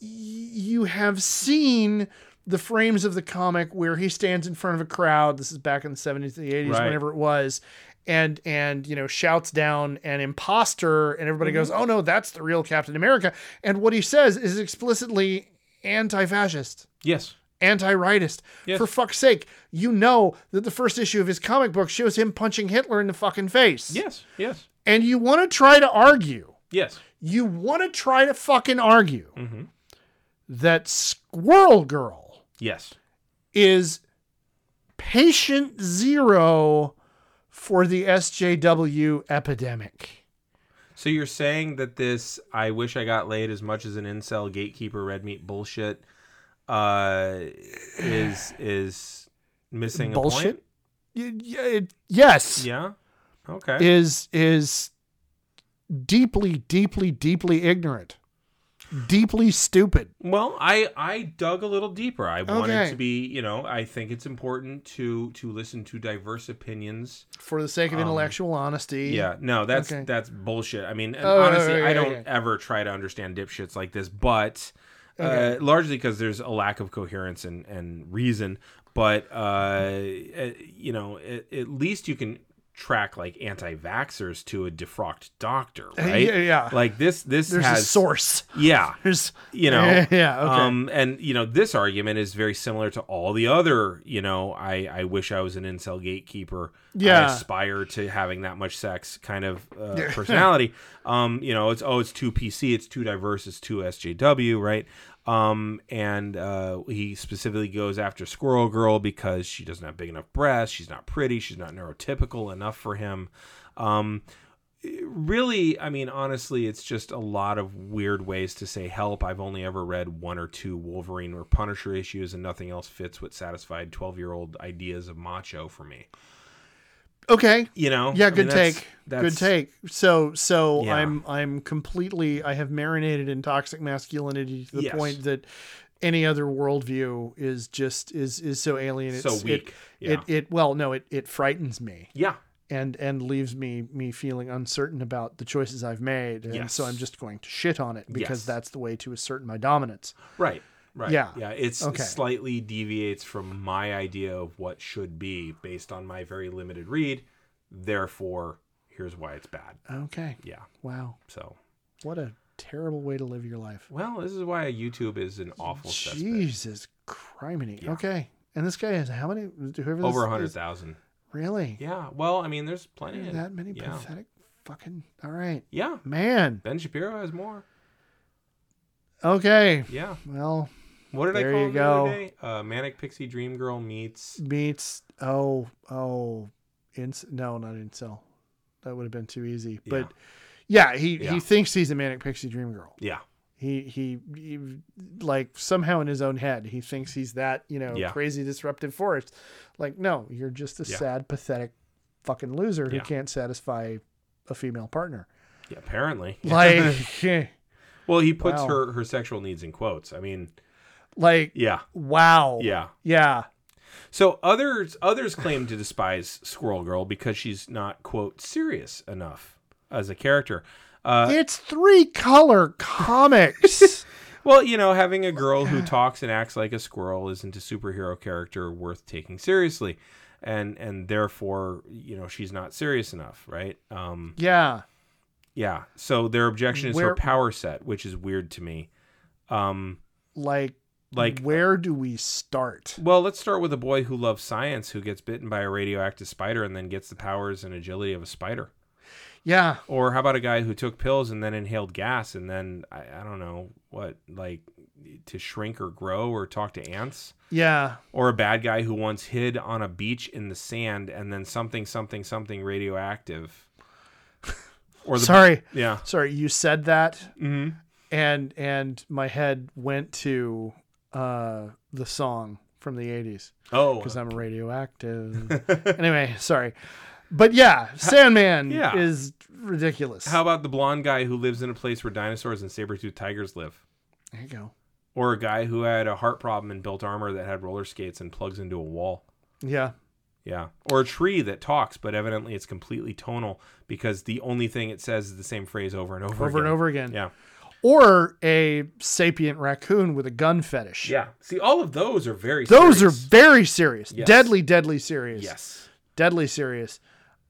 [SPEAKER 3] y- you have seen the frames of the comic where he stands in front of a crowd. This is back in the seventies, the eighties,
[SPEAKER 1] Right.
[SPEAKER 3] whenever it was, and and you know shouts down an imposter, and everybody goes, "Oh no, that's the real Captain America." And what he says is explicitly anti-fascist,
[SPEAKER 1] Yes.
[SPEAKER 3] anti-rightist.
[SPEAKER 1] Yes.
[SPEAKER 3] For fuck's sake, you know that the first issue of his comic book shows him punching Hitler in the fucking face.
[SPEAKER 1] Yes, yes,
[SPEAKER 3] And you want to try to argue.
[SPEAKER 1] yes.
[SPEAKER 3] You want to try to fucking argue
[SPEAKER 1] Mhm.
[SPEAKER 3] that Squirrel Girl
[SPEAKER 1] Yes.
[SPEAKER 3] is patient zero for the SJW epidemic.
[SPEAKER 1] So you're saying that this I wish I got laid as much as an incel gatekeeper red meat bullshit uh is is missing a
[SPEAKER 3] Bullshit?
[SPEAKER 1] point?
[SPEAKER 3] Y- y- it- yes.
[SPEAKER 1] Yeah. Okay.
[SPEAKER 3] is is deeply deeply deeply ignorant deeply stupid
[SPEAKER 1] Well, I I dug a little deeper. I wanted
[SPEAKER 3] Okay.
[SPEAKER 1] to be, you know, I think it's important to to listen to diverse opinions.
[SPEAKER 3] for the sake of
[SPEAKER 1] Um,
[SPEAKER 3] intellectual honesty
[SPEAKER 1] Yeah, no, that's
[SPEAKER 3] Okay.
[SPEAKER 1] that's bullshit. I mean, and
[SPEAKER 3] Oh,
[SPEAKER 1] honestly,
[SPEAKER 3] okay,
[SPEAKER 1] I don't
[SPEAKER 3] okay.
[SPEAKER 1] ever try to understand dipshits like this, but
[SPEAKER 3] Okay.
[SPEAKER 1] uh, largely because there's a lack of coherence and and reason. But uh, eh, you know, at, at least you can track like anti-vaxxers to a defrocked doctor, right?
[SPEAKER 3] *laughs* *laughs* yeah, yeah.
[SPEAKER 1] Like this, this
[SPEAKER 3] there's
[SPEAKER 1] has
[SPEAKER 3] a source *laughs*
[SPEAKER 1] Yeah,
[SPEAKER 3] there's
[SPEAKER 1] you know,
[SPEAKER 3] *laughs* yeah okay
[SPEAKER 1] um, and you know, this argument is very similar to all the other. You know, I I wish I was an incel gatekeeper. I
[SPEAKER 3] Yeah.
[SPEAKER 1] aspire to having that much sex kind of uh, personality. Um, you know, it's oh, it's too PC, it's too diverse, it's too SJW, right? Um, and uh, he specifically goes after Squirrel Girl because she doesn't have big enough breasts, she's not pretty, she's not neurotypical enough for him. Um, really, I mean, honestly, it's just a lot of weird ways to say help. I've only ever read one or two Wolverine or Punisher issues, and nothing else fits what satisfied 12 year old ideas of macho for me.
[SPEAKER 3] okay
[SPEAKER 1] You know? I
[SPEAKER 3] yeah
[SPEAKER 1] mean,
[SPEAKER 3] good
[SPEAKER 1] that's-
[SPEAKER 3] take
[SPEAKER 1] that's-
[SPEAKER 3] good take so so
[SPEAKER 1] Yeah.
[SPEAKER 3] i'm i'm completely i have marinated in toxic masculinity to the
[SPEAKER 1] Yes.
[SPEAKER 3] point that any other worldview is just is is so alien it's
[SPEAKER 1] So weak.
[SPEAKER 3] it,
[SPEAKER 1] yeah.
[SPEAKER 3] it it well no it it frightens me
[SPEAKER 1] yeah.
[SPEAKER 3] and and leaves me me feeling uncertain about the choices I've made, and
[SPEAKER 1] Yes.
[SPEAKER 3] so I'm just going to shit on it because
[SPEAKER 1] Yes.
[SPEAKER 3] that's the way to ascertain my dominance.
[SPEAKER 1] Right. Right.
[SPEAKER 3] Yeah.
[SPEAKER 1] Yeah. It's
[SPEAKER 3] Okay.
[SPEAKER 1] slightly deviates from my idea of what should be based on my very limited read. Therefore, here's why it's bad.
[SPEAKER 3] Okay,
[SPEAKER 1] Yeah.
[SPEAKER 3] wow,
[SPEAKER 1] So,
[SPEAKER 3] what a terrible way to live your life.
[SPEAKER 1] well, this is why YouTube is an awful cesspit.
[SPEAKER 3] Jesus criminy.
[SPEAKER 1] Yeah.
[SPEAKER 3] Okay, and this guy has how many? Whoever this
[SPEAKER 1] Over
[SPEAKER 3] is-
[SPEAKER 1] 100,000.
[SPEAKER 3] Really?
[SPEAKER 1] Yeah. Well, I mean, there's plenty. of-
[SPEAKER 3] That many
[SPEAKER 1] yeah.
[SPEAKER 3] pathetic fucking. All right,
[SPEAKER 1] Yeah.
[SPEAKER 3] man.
[SPEAKER 1] Ben Shapiro has more.
[SPEAKER 3] Okay,
[SPEAKER 1] Yeah.
[SPEAKER 3] well,
[SPEAKER 1] What did
[SPEAKER 3] There
[SPEAKER 1] I call
[SPEAKER 3] you
[SPEAKER 1] him the other
[SPEAKER 3] go.
[SPEAKER 1] day? Uh, Manic Pixie Dream Girl
[SPEAKER 3] *laughs*
[SPEAKER 1] meets.
[SPEAKER 3] meets. Oh, oh, ins. No, not incel. That would have been too easy. But yeah, he
[SPEAKER 1] Yeah.
[SPEAKER 3] he thinks he's a manic pixie dream girl.
[SPEAKER 1] Yeah.
[SPEAKER 3] he, he he like somehow in his own head he thinks he's that you know
[SPEAKER 1] Yeah.
[SPEAKER 3] crazy disruptive force like no you're just a
[SPEAKER 1] Yeah.
[SPEAKER 3] sad pathetic fucking loser who
[SPEAKER 1] Yeah.
[SPEAKER 3] can't satisfy a female partner
[SPEAKER 1] Yeah. Apparently. *laughs*
[SPEAKER 3] like eh,
[SPEAKER 1] well, he puts
[SPEAKER 3] Wow.
[SPEAKER 1] her her sexual needs in quotes. I mean,
[SPEAKER 3] like
[SPEAKER 1] yeah.
[SPEAKER 3] wow
[SPEAKER 1] Yeah.
[SPEAKER 3] yeah
[SPEAKER 1] So others others claim to despise Squirrel Girl because she's not quote serious enough as a character. Uh,
[SPEAKER 3] it's three color
[SPEAKER 1] *laughs*
[SPEAKER 3] comics
[SPEAKER 1] well, you know, having a girl who talks and acts like a squirrel isn't a superhero character worth taking seriously, and and therefore you know she's not serious enough, right? Um,
[SPEAKER 3] yeah
[SPEAKER 1] yeah. So their objection is her
[SPEAKER 3] Where-
[SPEAKER 1] power set, which is weird to me. Um,
[SPEAKER 3] like
[SPEAKER 1] like uh,
[SPEAKER 3] where do we start
[SPEAKER 1] Well, let's start with a boy who loves science who gets bitten by a radioactive spider and then gets the powers and agility of a spider.
[SPEAKER 3] yeah
[SPEAKER 1] Or how about a guy who took pills and then inhaled gas and then I, I don't know what like to shrink or grow or talk to ants?
[SPEAKER 3] yeah
[SPEAKER 1] Or a bad guy who once hid on a beach in the sand and then something something something radioactive. Or the
[SPEAKER 3] sorry
[SPEAKER 1] yeah.
[SPEAKER 3] sorry you said that
[SPEAKER 1] Mm-hmm.
[SPEAKER 3] and and my head went to uh the song from the 80s
[SPEAKER 1] Oh,
[SPEAKER 3] because i'm radioactive
[SPEAKER 1] *laughs*
[SPEAKER 3] anyway sorry but yeah sandman
[SPEAKER 1] Yeah.
[SPEAKER 3] is ridiculous
[SPEAKER 1] how about the blonde guy who lives in a place where dinosaurs and saber-toothed tigers live?
[SPEAKER 3] there you go
[SPEAKER 1] or a guy who had a heart problem and built armor that had roller skates and plugs into a wall.
[SPEAKER 3] yeah
[SPEAKER 1] Yeah. Or a tree that talks, but evidently it's completely tonal because the only thing it says is the same phrase over and over.
[SPEAKER 3] over and
[SPEAKER 1] again.
[SPEAKER 3] over again
[SPEAKER 1] Yeah.
[SPEAKER 3] or a sapient raccoon with a gun fetish
[SPEAKER 1] Yeah. See, all of those are very.
[SPEAKER 3] those
[SPEAKER 1] serious.
[SPEAKER 3] are very serious
[SPEAKER 1] Yes.
[SPEAKER 3] deadly deadly serious
[SPEAKER 1] Yes.
[SPEAKER 3] deadly serious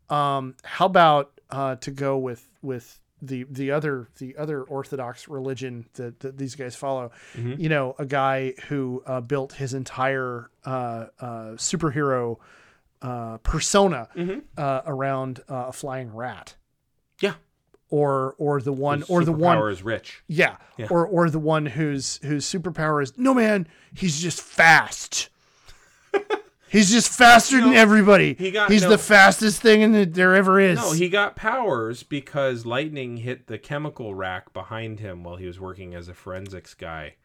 [SPEAKER 3] um how about uh to go with with the the other the other orthodox religion that, that these guys follow
[SPEAKER 1] Mm-hmm.
[SPEAKER 3] you know a guy who uh, built his entire uh, uh, superhero uh, persona uh, around uh, a flying rat
[SPEAKER 1] Yeah.
[SPEAKER 3] or or the one or the one
[SPEAKER 1] Power is rich.
[SPEAKER 3] yeah. Or or the one whose whose superpower is no man, he's just
[SPEAKER 1] *laughs*
[SPEAKER 3] fast. he's just faster than everybody.
[SPEAKER 1] he got-
[SPEAKER 3] he's
[SPEAKER 1] no.
[SPEAKER 3] the fastest thing in the, there ever is.
[SPEAKER 1] No, he got powers because lightning hit the chemical rack behind him while he was working as a forensics guy.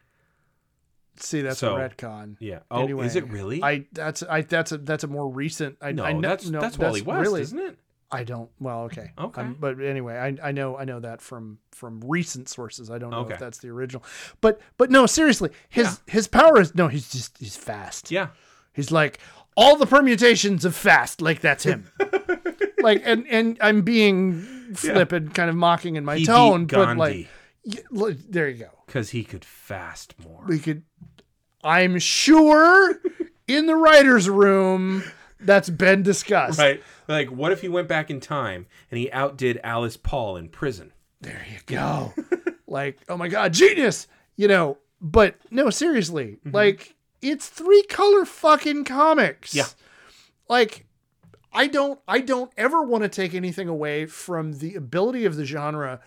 [SPEAKER 3] See, that's
[SPEAKER 1] So-
[SPEAKER 3] a retcon.
[SPEAKER 1] Yeah. Oh,
[SPEAKER 3] Anyway,
[SPEAKER 1] is it really?
[SPEAKER 3] I that's I that's a that's a more recent. I,
[SPEAKER 1] no,
[SPEAKER 3] I kn-
[SPEAKER 1] that's
[SPEAKER 3] no,
[SPEAKER 1] that's Wally West,
[SPEAKER 3] really,
[SPEAKER 1] isn't it?
[SPEAKER 3] I don't. Well, okay.
[SPEAKER 1] Okay.
[SPEAKER 3] Um, but anyway, I, I know I know that from from recent sources. I don't know
[SPEAKER 1] Okay.
[SPEAKER 3] if that's the original. But but no, seriously, his his power is no. He's just he's fast. *laughs*
[SPEAKER 1] Yeah.
[SPEAKER 3] He's like all the permutations of fast, like
[SPEAKER 1] *laughs*
[SPEAKER 3] that's him. like and and I'm being flippant, kind of mocking in my
[SPEAKER 1] He beat
[SPEAKER 3] tone, but like
[SPEAKER 1] Gandhi.
[SPEAKER 3] y- look, there you go.
[SPEAKER 1] Because he could fast more.
[SPEAKER 3] We could. I'm sure in the writers' room that's been discussed.
[SPEAKER 1] Right. Like, what if he went back in time and he outdid Alice Paul in prison?
[SPEAKER 3] There you go. *laughs* like oh my god, genius. You know, but no, seriously, like it's three color fucking comics.
[SPEAKER 1] Yeah.
[SPEAKER 3] like I don't I don't ever want to take anything away from the ability of the genre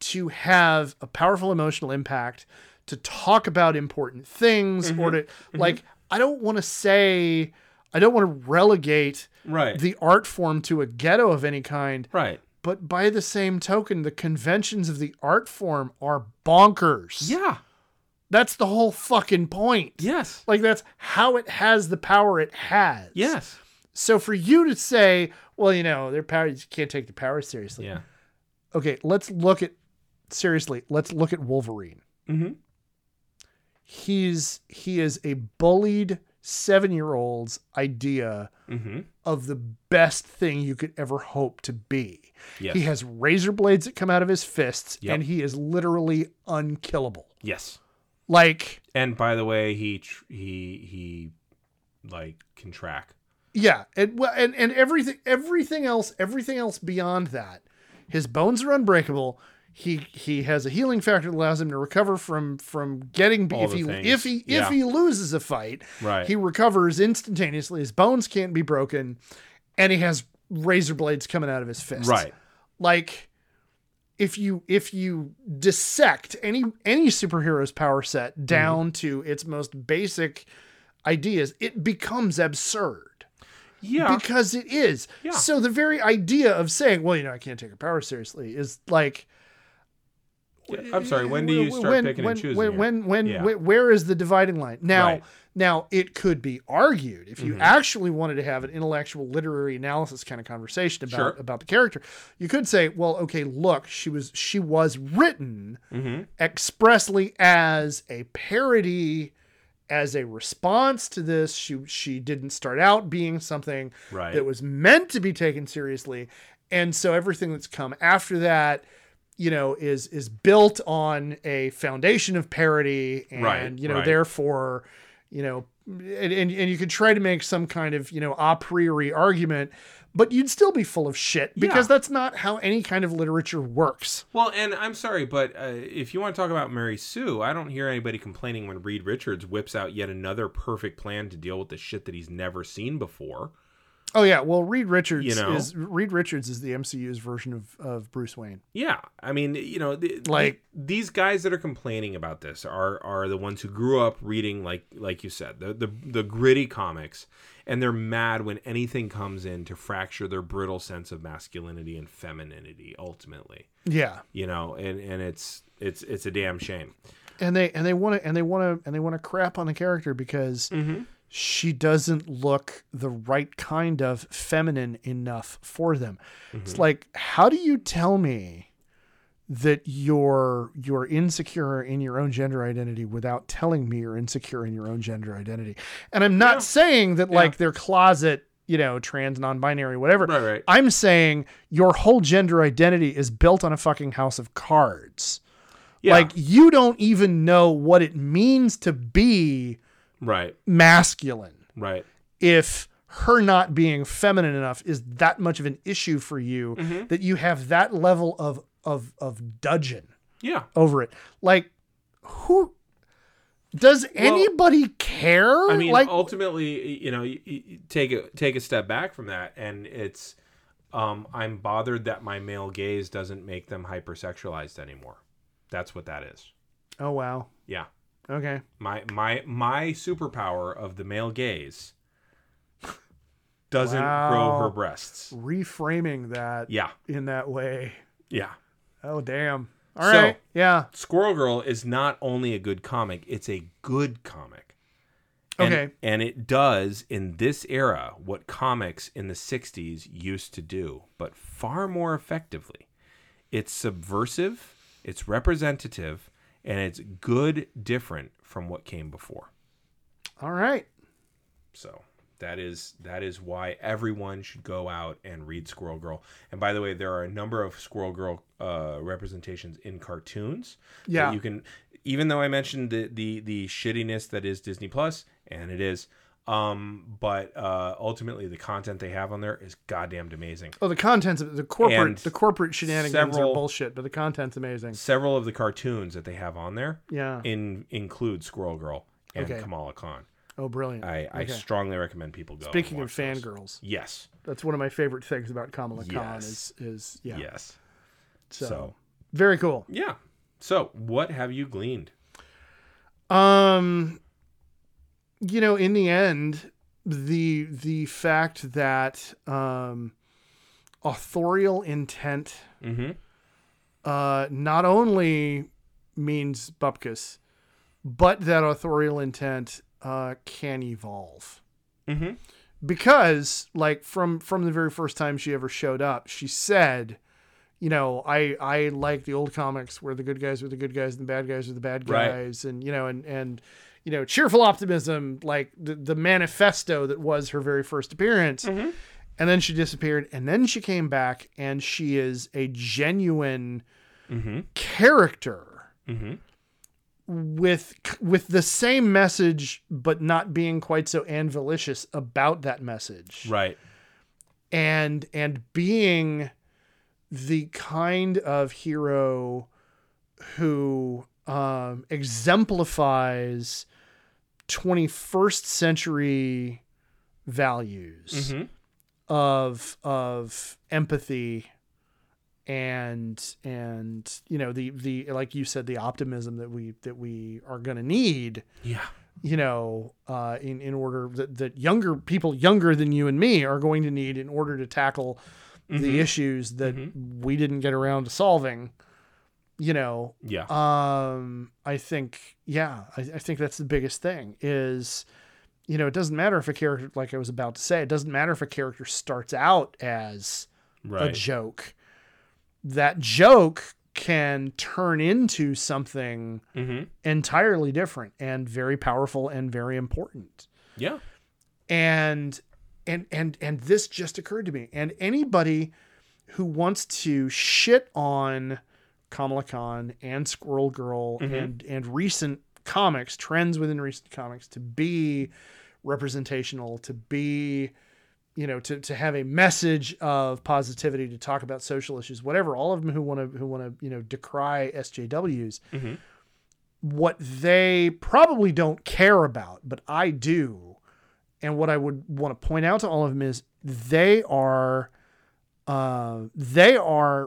[SPEAKER 3] to have a powerful emotional impact, to talk about important things, or to like I don't want to say I don't want to relegate
[SPEAKER 1] Right.
[SPEAKER 3] the art form to a ghetto of any kind,
[SPEAKER 1] right.
[SPEAKER 3] but by the same token, the conventions of the art form are bonkers.
[SPEAKER 1] Yeah.
[SPEAKER 3] That's the whole fucking point.
[SPEAKER 1] Yes.
[SPEAKER 3] Like that's how it has the power it has.
[SPEAKER 1] Yes.
[SPEAKER 3] So for you to say, well, you know, their power, you can't take the power seriously.
[SPEAKER 1] Yeah.
[SPEAKER 3] Okay, let's look at seriously. Let's look at Wolverine.
[SPEAKER 1] Mhm.
[SPEAKER 3] He's he is a bullied seven year old's idea
[SPEAKER 1] Mm-hmm.
[SPEAKER 3] of the best thing you could ever hope to be.
[SPEAKER 1] Yes.
[SPEAKER 3] He has razor blades that come out of his fists,
[SPEAKER 1] Yep.
[SPEAKER 3] and he is literally unkillable.
[SPEAKER 1] yes.
[SPEAKER 3] Like,
[SPEAKER 1] And by the way, he tr- he he like can track.
[SPEAKER 3] yeah, and well, and and everything, everything else, everything else beyond that, his bones are unbreakable. He he has a healing factor that allows him to recover from from getting beat
[SPEAKER 1] All
[SPEAKER 3] if
[SPEAKER 1] the
[SPEAKER 3] he
[SPEAKER 1] things.
[SPEAKER 3] if he
[SPEAKER 1] Yeah.
[SPEAKER 3] if he loses a fight,
[SPEAKER 1] Right.
[SPEAKER 3] he recovers instantaneously. His bones can't be broken, and he has razor blades coming out of his
[SPEAKER 1] *laughs*
[SPEAKER 3] fists.
[SPEAKER 1] right.
[SPEAKER 3] like if you if you dissect any any superhero's power set down to its most basic ideas it becomes absurd
[SPEAKER 1] *laughs* Yeah.
[SPEAKER 3] because it is
[SPEAKER 1] Yeah.
[SPEAKER 3] so the very idea of saying well you know i can't take her power seriously is like
[SPEAKER 1] I'm sorry. When do you start
[SPEAKER 3] when,
[SPEAKER 1] picking
[SPEAKER 3] when,
[SPEAKER 1] and choosing?
[SPEAKER 3] when
[SPEAKER 1] here?
[SPEAKER 3] when, when
[SPEAKER 1] Yeah.
[SPEAKER 3] wh- where is the dividing line now
[SPEAKER 1] Right. Mm-hmm.
[SPEAKER 3] now it could be argued if you actually wanted to have an intellectual literary analysis kind of conversation about
[SPEAKER 1] Sure.
[SPEAKER 3] about the character you could say well okay look she was she was written
[SPEAKER 1] Mm-hmm.
[SPEAKER 3] expressly as a parody as a response to this she she didn't start out being something
[SPEAKER 1] Right.
[SPEAKER 3] that was meant to be taken seriously and so everything that's come after that you know is is built on a foundation of parody and
[SPEAKER 1] Right,
[SPEAKER 3] you know
[SPEAKER 1] right.
[SPEAKER 3] therefore you know and, and and you could try to make some kind of you know a priori argument but you'd still be full of shit because
[SPEAKER 1] Yeah.
[SPEAKER 3] that's not how any kind of literature works
[SPEAKER 1] Well, and I'm sorry, but uh, if you want to talk about Mary Sue, I don't hear anybody complaining when Reed Richards whips out yet another perfect plan to deal with the shit that he's never seen before.
[SPEAKER 3] oh yeah well reed richards
[SPEAKER 1] You know?
[SPEAKER 3] is reed richards is the mcu's version of of bruce wayne
[SPEAKER 1] Yeah, I mean, you know, the,
[SPEAKER 3] Like-
[SPEAKER 1] the- these guys that are complaining about this are are the ones who grew up reading like like you said the the, the gritty comics, and they're mad when anything comes in to fracture their brittle sense of masculinity and femininity. Ultimately,
[SPEAKER 3] yeah
[SPEAKER 1] you know, and and it's it's it's a damn shame.
[SPEAKER 3] and they and they want to and they want to and they want to crap on the character because
[SPEAKER 1] Mm-hmm.
[SPEAKER 3] she doesn't look the right kind of feminine enough for them. It's
[SPEAKER 1] Mm-hmm.
[SPEAKER 3] like how do you tell me that you're you're insecure in your own gender identity without telling me you're insecure in your own gender identity? And I'm not saying that like they're closet, you know, trans, non-binary, whatever.
[SPEAKER 1] Right, right.
[SPEAKER 3] I'm saying your whole gender identity is built on a fucking house of cards.
[SPEAKER 1] Yeah,
[SPEAKER 3] Like you don't even know what it means to be
[SPEAKER 1] right,
[SPEAKER 3] masculine
[SPEAKER 1] right.
[SPEAKER 3] if her
[SPEAKER 1] Mm-hmm.
[SPEAKER 3] not being feminine enough is that much of an issue for you that you have that level of of of dudgeon
[SPEAKER 1] Yeah.
[SPEAKER 3] over it. Like who does anybody care?
[SPEAKER 1] I mean, oh,
[SPEAKER 3] like
[SPEAKER 1] ultimately, you know, you, you take a take a step back from that, and it's um, I'm bothered that my male gaze doesn't make them hypersexualized anymore. That's what that is.
[SPEAKER 3] oh wow.
[SPEAKER 1] Yeah,
[SPEAKER 3] Okay.
[SPEAKER 1] my my my superpower of the male gaze *laughs* doesn't grow
[SPEAKER 3] Wow.
[SPEAKER 1] her breasts.
[SPEAKER 3] Reframing that
[SPEAKER 1] Yeah,
[SPEAKER 3] in that way.
[SPEAKER 1] yeah.
[SPEAKER 3] Oh damn. All right.
[SPEAKER 1] So-
[SPEAKER 3] Yeah.
[SPEAKER 1] Squirrel Girl is not only a good comic, it's a good comic. And-
[SPEAKER 3] Okay.
[SPEAKER 1] And it does in this era what comics in the 60s used to do, but far more effectively. It's subversive, it's representative, and it's good different from what came before.
[SPEAKER 3] All right.
[SPEAKER 1] So that is that is why everyone should go out and read Squirrel Girl. And by the way, there are a number of Squirrel Girl uh, representations in cartoons. that
[SPEAKER 3] Yeah.
[SPEAKER 1] you can. Even though I mentioned the the the shittiness that is Disney Plus, and it is, um, but uh, ultimately the content they have on there is goddamn amazing.
[SPEAKER 3] Oh, the contents of the corporate
[SPEAKER 1] And
[SPEAKER 3] the corporate shenanigans
[SPEAKER 1] several-
[SPEAKER 3] are bullshit, but the content's amazing.
[SPEAKER 1] Several of the cartoons that they have on there
[SPEAKER 3] Yeah.
[SPEAKER 1] in include Squirrel Girl and
[SPEAKER 3] Okay.
[SPEAKER 1] Kamala Khan.
[SPEAKER 3] Oh, brilliant.
[SPEAKER 1] I, I
[SPEAKER 3] Okay.
[SPEAKER 1] strongly recommend people go. and
[SPEAKER 3] Speaking of
[SPEAKER 1] watch those.
[SPEAKER 3] fangirls,
[SPEAKER 1] Yes.
[SPEAKER 3] that's one of my favorite things about Kamala Khan
[SPEAKER 1] Yes.
[SPEAKER 3] is is yeah.
[SPEAKER 1] Yes.
[SPEAKER 3] So,
[SPEAKER 1] so
[SPEAKER 3] very cool.
[SPEAKER 1] Yeah. So, what have you gleaned?
[SPEAKER 3] Um you know, in the end, the the fact that um authorial intent
[SPEAKER 1] Mm-hmm.
[SPEAKER 3] uh not only means bupkis, but that authorial intent uh can evolve.
[SPEAKER 1] Mm-hmm.
[SPEAKER 3] because like from from the very first time she ever showed up she said you know i i like the old comics where the good guys were the good guys and the bad guys were the bad
[SPEAKER 1] Right.
[SPEAKER 3] guys and you know and and you know cheerful optimism like the, the manifesto that was her very first appearance
[SPEAKER 1] Mhm.
[SPEAKER 3] and then she disappeared and then she came back and she is a genuine
[SPEAKER 1] Mm-hmm.
[SPEAKER 3] character
[SPEAKER 1] Mm-hmm.
[SPEAKER 3] with with the same message but not being quite so anvilicious about that message
[SPEAKER 1] Right.
[SPEAKER 3] and and being the kind of hero who um, exemplifies 21st century values
[SPEAKER 1] Mm-hmm.
[SPEAKER 3] of of empathy and and you know the the like you said the optimism that we that we are going to need
[SPEAKER 1] Yeah.
[SPEAKER 3] you know, uh, in in order that, that younger people younger than you and me are going to need in order to tackle the issues that we didn't get around to solving. You know,
[SPEAKER 1] Yeah.
[SPEAKER 3] um, I think yeah, I, I think that's the biggest thing is, you know, it doesn't matter if a character like I was about to say, it doesn't matter if a character starts out as a
[SPEAKER 1] right.
[SPEAKER 3] joke. That joke can turn into something
[SPEAKER 1] mm-hmm.
[SPEAKER 3] entirely different and very powerful and very important.
[SPEAKER 1] Yeah.
[SPEAKER 3] And and and and this just occurred to me. And anybody who wants to shit on Kamala Khan and Squirrel Girl and and recent comics, trends within recent comics to be representational, to be you know, to, to have a message of positivity, to talk about social issues, whatever, all of them who want to, who want to, you know, decry SJWs,
[SPEAKER 1] Mhm.
[SPEAKER 3] what they probably don't care about, but I do. And what I would want to point out to all of them is they are, uh, they are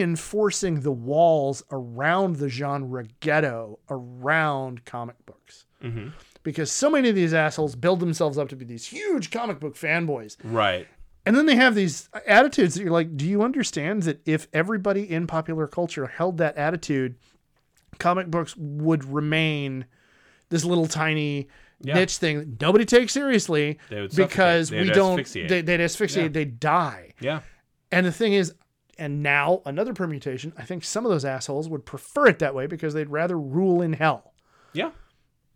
[SPEAKER 3] reinforcing the walls around the genre ghetto around comic books
[SPEAKER 1] Mm-hmm.
[SPEAKER 3] because so many of these assholes build themselves up to be these huge comic book fanboys
[SPEAKER 1] Right.
[SPEAKER 3] and then they have these attitudes that you're like, do you understand that if everybody in popular culture held that attitude, comic books would remain this little tiny
[SPEAKER 1] Yeah.
[SPEAKER 3] niche thing that nobody takes seriously
[SPEAKER 1] They would suffocate.
[SPEAKER 3] because
[SPEAKER 1] They'd
[SPEAKER 3] we don't
[SPEAKER 1] asphyxiate.
[SPEAKER 3] they, they'd asphyxiate,
[SPEAKER 1] Yeah.
[SPEAKER 3] they'd die.
[SPEAKER 1] Yeah.
[SPEAKER 3] And the thing is, and now another permutation, I think some of those assholes would prefer it that way because they'd rather rule in hell.
[SPEAKER 1] Yeah.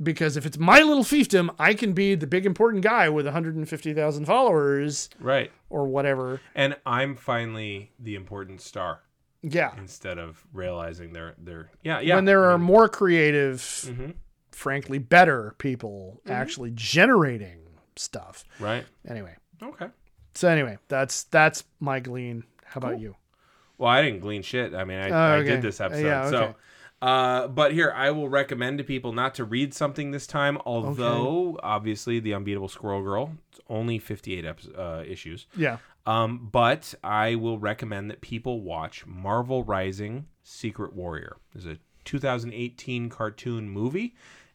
[SPEAKER 3] Because if it's my little fiefdom, I can be the big important guy with 150,000 followers
[SPEAKER 1] Right.
[SPEAKER 3] or whatever.
[SPEAKER 1] And I'm finally the important star
[SPEAKER 3] Yeah.
[SPEAKER 1] instead of realizing they're they're yeah yeah
[SPEAKER 3] when there are more creative,
[SPEAKER 1] Mhm.
[SPEAKER 3] frankly, better people
[SPEAKER 1] Mm-hmm.
[SPEAKER 3] actually generating stuff.
[SPEAKER 1] right
[SPEAKER 3] Anyway,
[SPEAKER 1] okay
[SPEAKER 3] so anyway, that's that's my glean. How about
[SPEAKER 1] Cool.
[SPEAKER 3] you?
[SPEAKER 1] Well, I didn't glean shit. I mean, I,
[SPEAKER 3] Oh,
[SPEAKER 1] I
[SPEAKER 3] okay.
[SPEAKER 1] did this
[SPEAKER 3] Uh,
[SPEAKER 1] episode.
[SPEAKER 3] yeah, okay.
[SPEAKER 1] So, uh, but here I will recommend to people not to read something this time. Although, obviously, the unbeatable Squirrel Girl. It's only fifty-eight episodes, uh, issues.
[SPEAKER 3] Yeah.
[SPEAKER 1] Um, but I will recommend that people watch Marvel Rising Secret Warrior. It's a 2018 cartoon movie,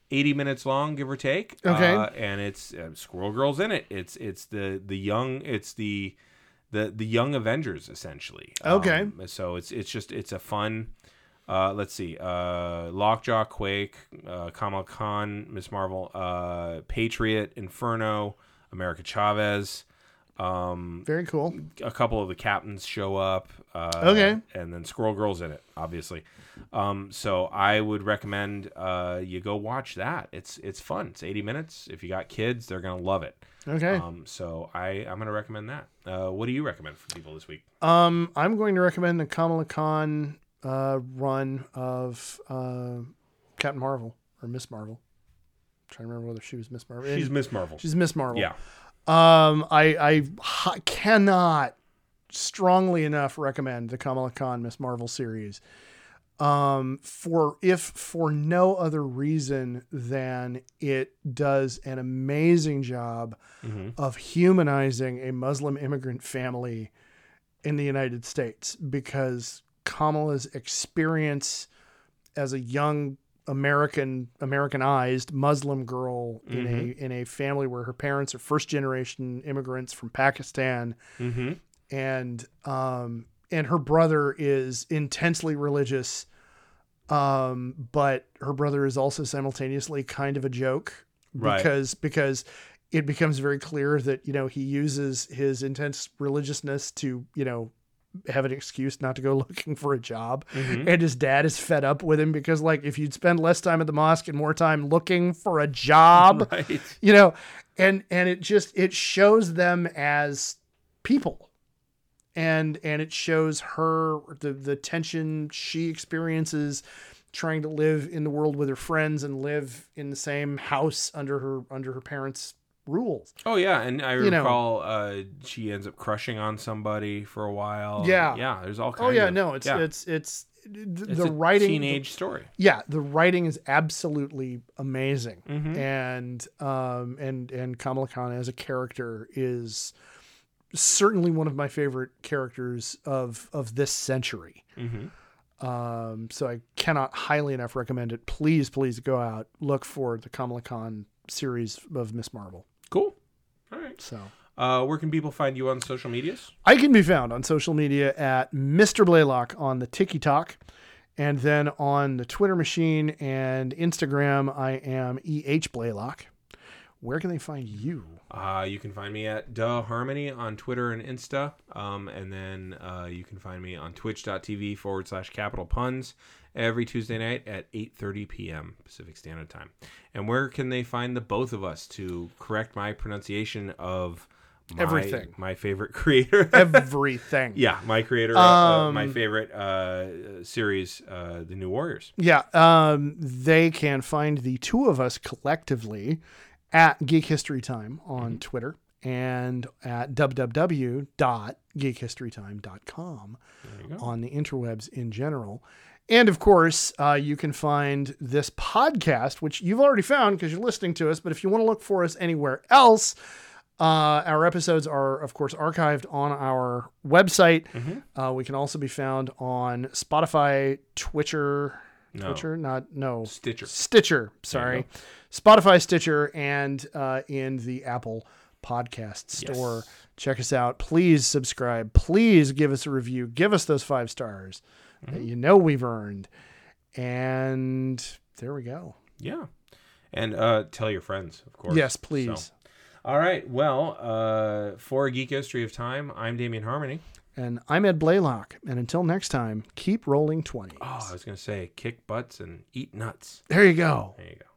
[SPEAKER 1] 80 minutes long, give or take.
[SPEAKER 3] Okay.
[SPEAKER 1] Uh, and it's uh, Squirrel Girl's in it. It's it's the the young it's the the the young Avengers essentially.
[SPEAKER 3] Okay.
[SPEAKER 1] Um, so it's it's just it's a fun. Uh, let's see. Uh, Lockjaw, Quake, uh, Kamala Khan, Miss Marvel, uh, Patriot, Inferno, America Chavez. Um,
[SPEAKER 3] Very cool.
[SPEAKER 1] a couple of the captains show up. Uh,
[SPEAKER 3] Okay.
[SPEAKER 1] And then Squirrel Girl's in it, obviously. Um, so I would recommend uh, you go watch that. It's it's fun. It's 80 minutes. If you got kids, they're gonna love it.
[SPEAKER 3] Okay.
[SPEAKER 1] Um, so I I'm gonna recommend that. Uh, what do you recommend for people this week?
[SPEAKER 3] Um, I'm going to recommend the Kamala Khan uh, run of uh, Captain Marvel or Miss Marvel. I'm trying to remember whether she was Miss Marvel.
[SPEAKER 1] She's Miss Marvel.
[SPEAKER 3] She's Miss Marvel.
[SPEAKER 1] yeah.
[SPEAKER 3] Um, I I h- cannot strongly enough recommend the Kamala Khan Miss Marvel series. Um, for if for no other reason than it does an amazing job
[SPEAKER 1] Mhm.
[SPEAKER 3] of humanizing a Muslim immigrant family in the United States because Kamala's experience as a young American Americanized Muslim girl in a in a family where her parents are first generation immigrants from Pakistan
[SPEAKER 1] Mm-hmm.
[SPEAKER 3] and um and her brother is intensely religious um but her brother is also simultaneously kind of a joke
[SPEAKER 1] Right.
[SPEAKER 3] because because it becomes very clear that you know he uses his intense religiousness to you know have an excuse not to go *laughs* looking for a job *laughs*
[SPEAKER 1] Mhm.
[SPEAKER 3] and his dad is fed up with him because like if you'd spend less time at the mosque and more time looking for a job
[SPEAKER 1] Right.
[SPEAKER 3] you know and and it just it shows them as people and and it shows her the the tension she experiences trying to live in the world with her friends and live in the same house under her under her parents rules
[SPEAKER 1] Oh yeah, and I
[SPEAKER 3] You know.
[SPEAKER 1] recall uh, she ends up crushing on somebody for a while.
[SPEAKER 3] Yeah.
[SPEAKER 1] Yeah. There's all kinds.
[SPEAKER 3] oh yeah
[SPEAKER 1] of-
[SPEAKER 3] no it's
[SPEAKER 1] yeah.
[SPEAKER 3] it's it's the,
[SPEAKER 1] It's
[SPEAKER 3] the
[SPEAKER 1] a
[SPEAKER 3] writing
[SPEAKER 1] teenage story.
[SPEAKER 3] yeah the writing is absolutely amazing
[SPEAKER 1] Mhm.
[SPEAKER 3] and um and and Kamala Khan as a character is certainly one of my favorite characters of of this century.
[SPEAKER 1] Mm-hmm.
[SPEAKER 3] Um, so I cannot highly enough recommend it. Please, please go out look for the Kamala Khan series of Miss Marvel.
[SPEAKER 1] Cool. All right.
[SPEAKER 3] So
[SPEAKER 1] Uh, where can people find you on social medias?
[SPEAKER 3] I can be found on social media at Mr. Blaylock on the Tiki Talk. And then on the Twitter machine and Instagram, I am EH Blaylock. Where can they find you?
[SPEAKER 1] Uh, you can find me at Duh Harmony on Twitter and Insta. Um, and then uh, you can find me on twitch.tv forward slash capital puns every Tuesday night at 8.30 p.m. Pacific Standard Time. And where can they find the both of us to correct my pronunciation of my,
[SPEAKER 3] Everything.
[SPEAKER 1] my favorite *laughs* creator?
[SPEAKER 3] Everything.
[SPEAKER 1] yeah, my creator, uh, uh,
[SPEAKER 3] Um,
[SPEAKER 1] my favorite uh, series, uh, The New Warriors.
[SPEAKER 3] Yeah, um, they can find the two of us collectively at Geek History Time on Twitter and at www.geekhistorytime.com on the interwebs in general. And of course, uh, you can find this podcast, which you've already found because you're listening to us. But if you want to look for us anywhere else, uh, our episodes are, of course, archived on our website. Uh, we can also be found on Spotify, Twitcher,
[SPEAKER 1] No.
[SPEAKER 3] Twitcher, not no
[SPEAKER 1] Stitcher.
[SPEAKER 3] Stitcher, sorry, Spotify, Stitcher, and uh, in the Apple Podcast Store. Check us out. Please subscribe. Please give us a review. Give us those five stars
[SPEAKER 1] Mm-hmm.
[SPEAKER 3] that you know we've earned. And there we go.
[SPEAKER 1] Yeah. And uh, tell your friends, of course.
[SPEAKER 3] Yes,
[SPEAKER 1] So-
[SPEAKER 3] please.
[SPEAKER 1] All right. Well, uh, for a geek history of time, I'm Damien Harmony.
[SPEAKER 3] And I'm Ed Blaylock. And until next time, keep rolling 20.
[SPEAKER 1] Ah. Oh, I was gonna say kick butts and eat nuts.
[SPEAKER 3] There you go.
[SPEAKER 1] There you go.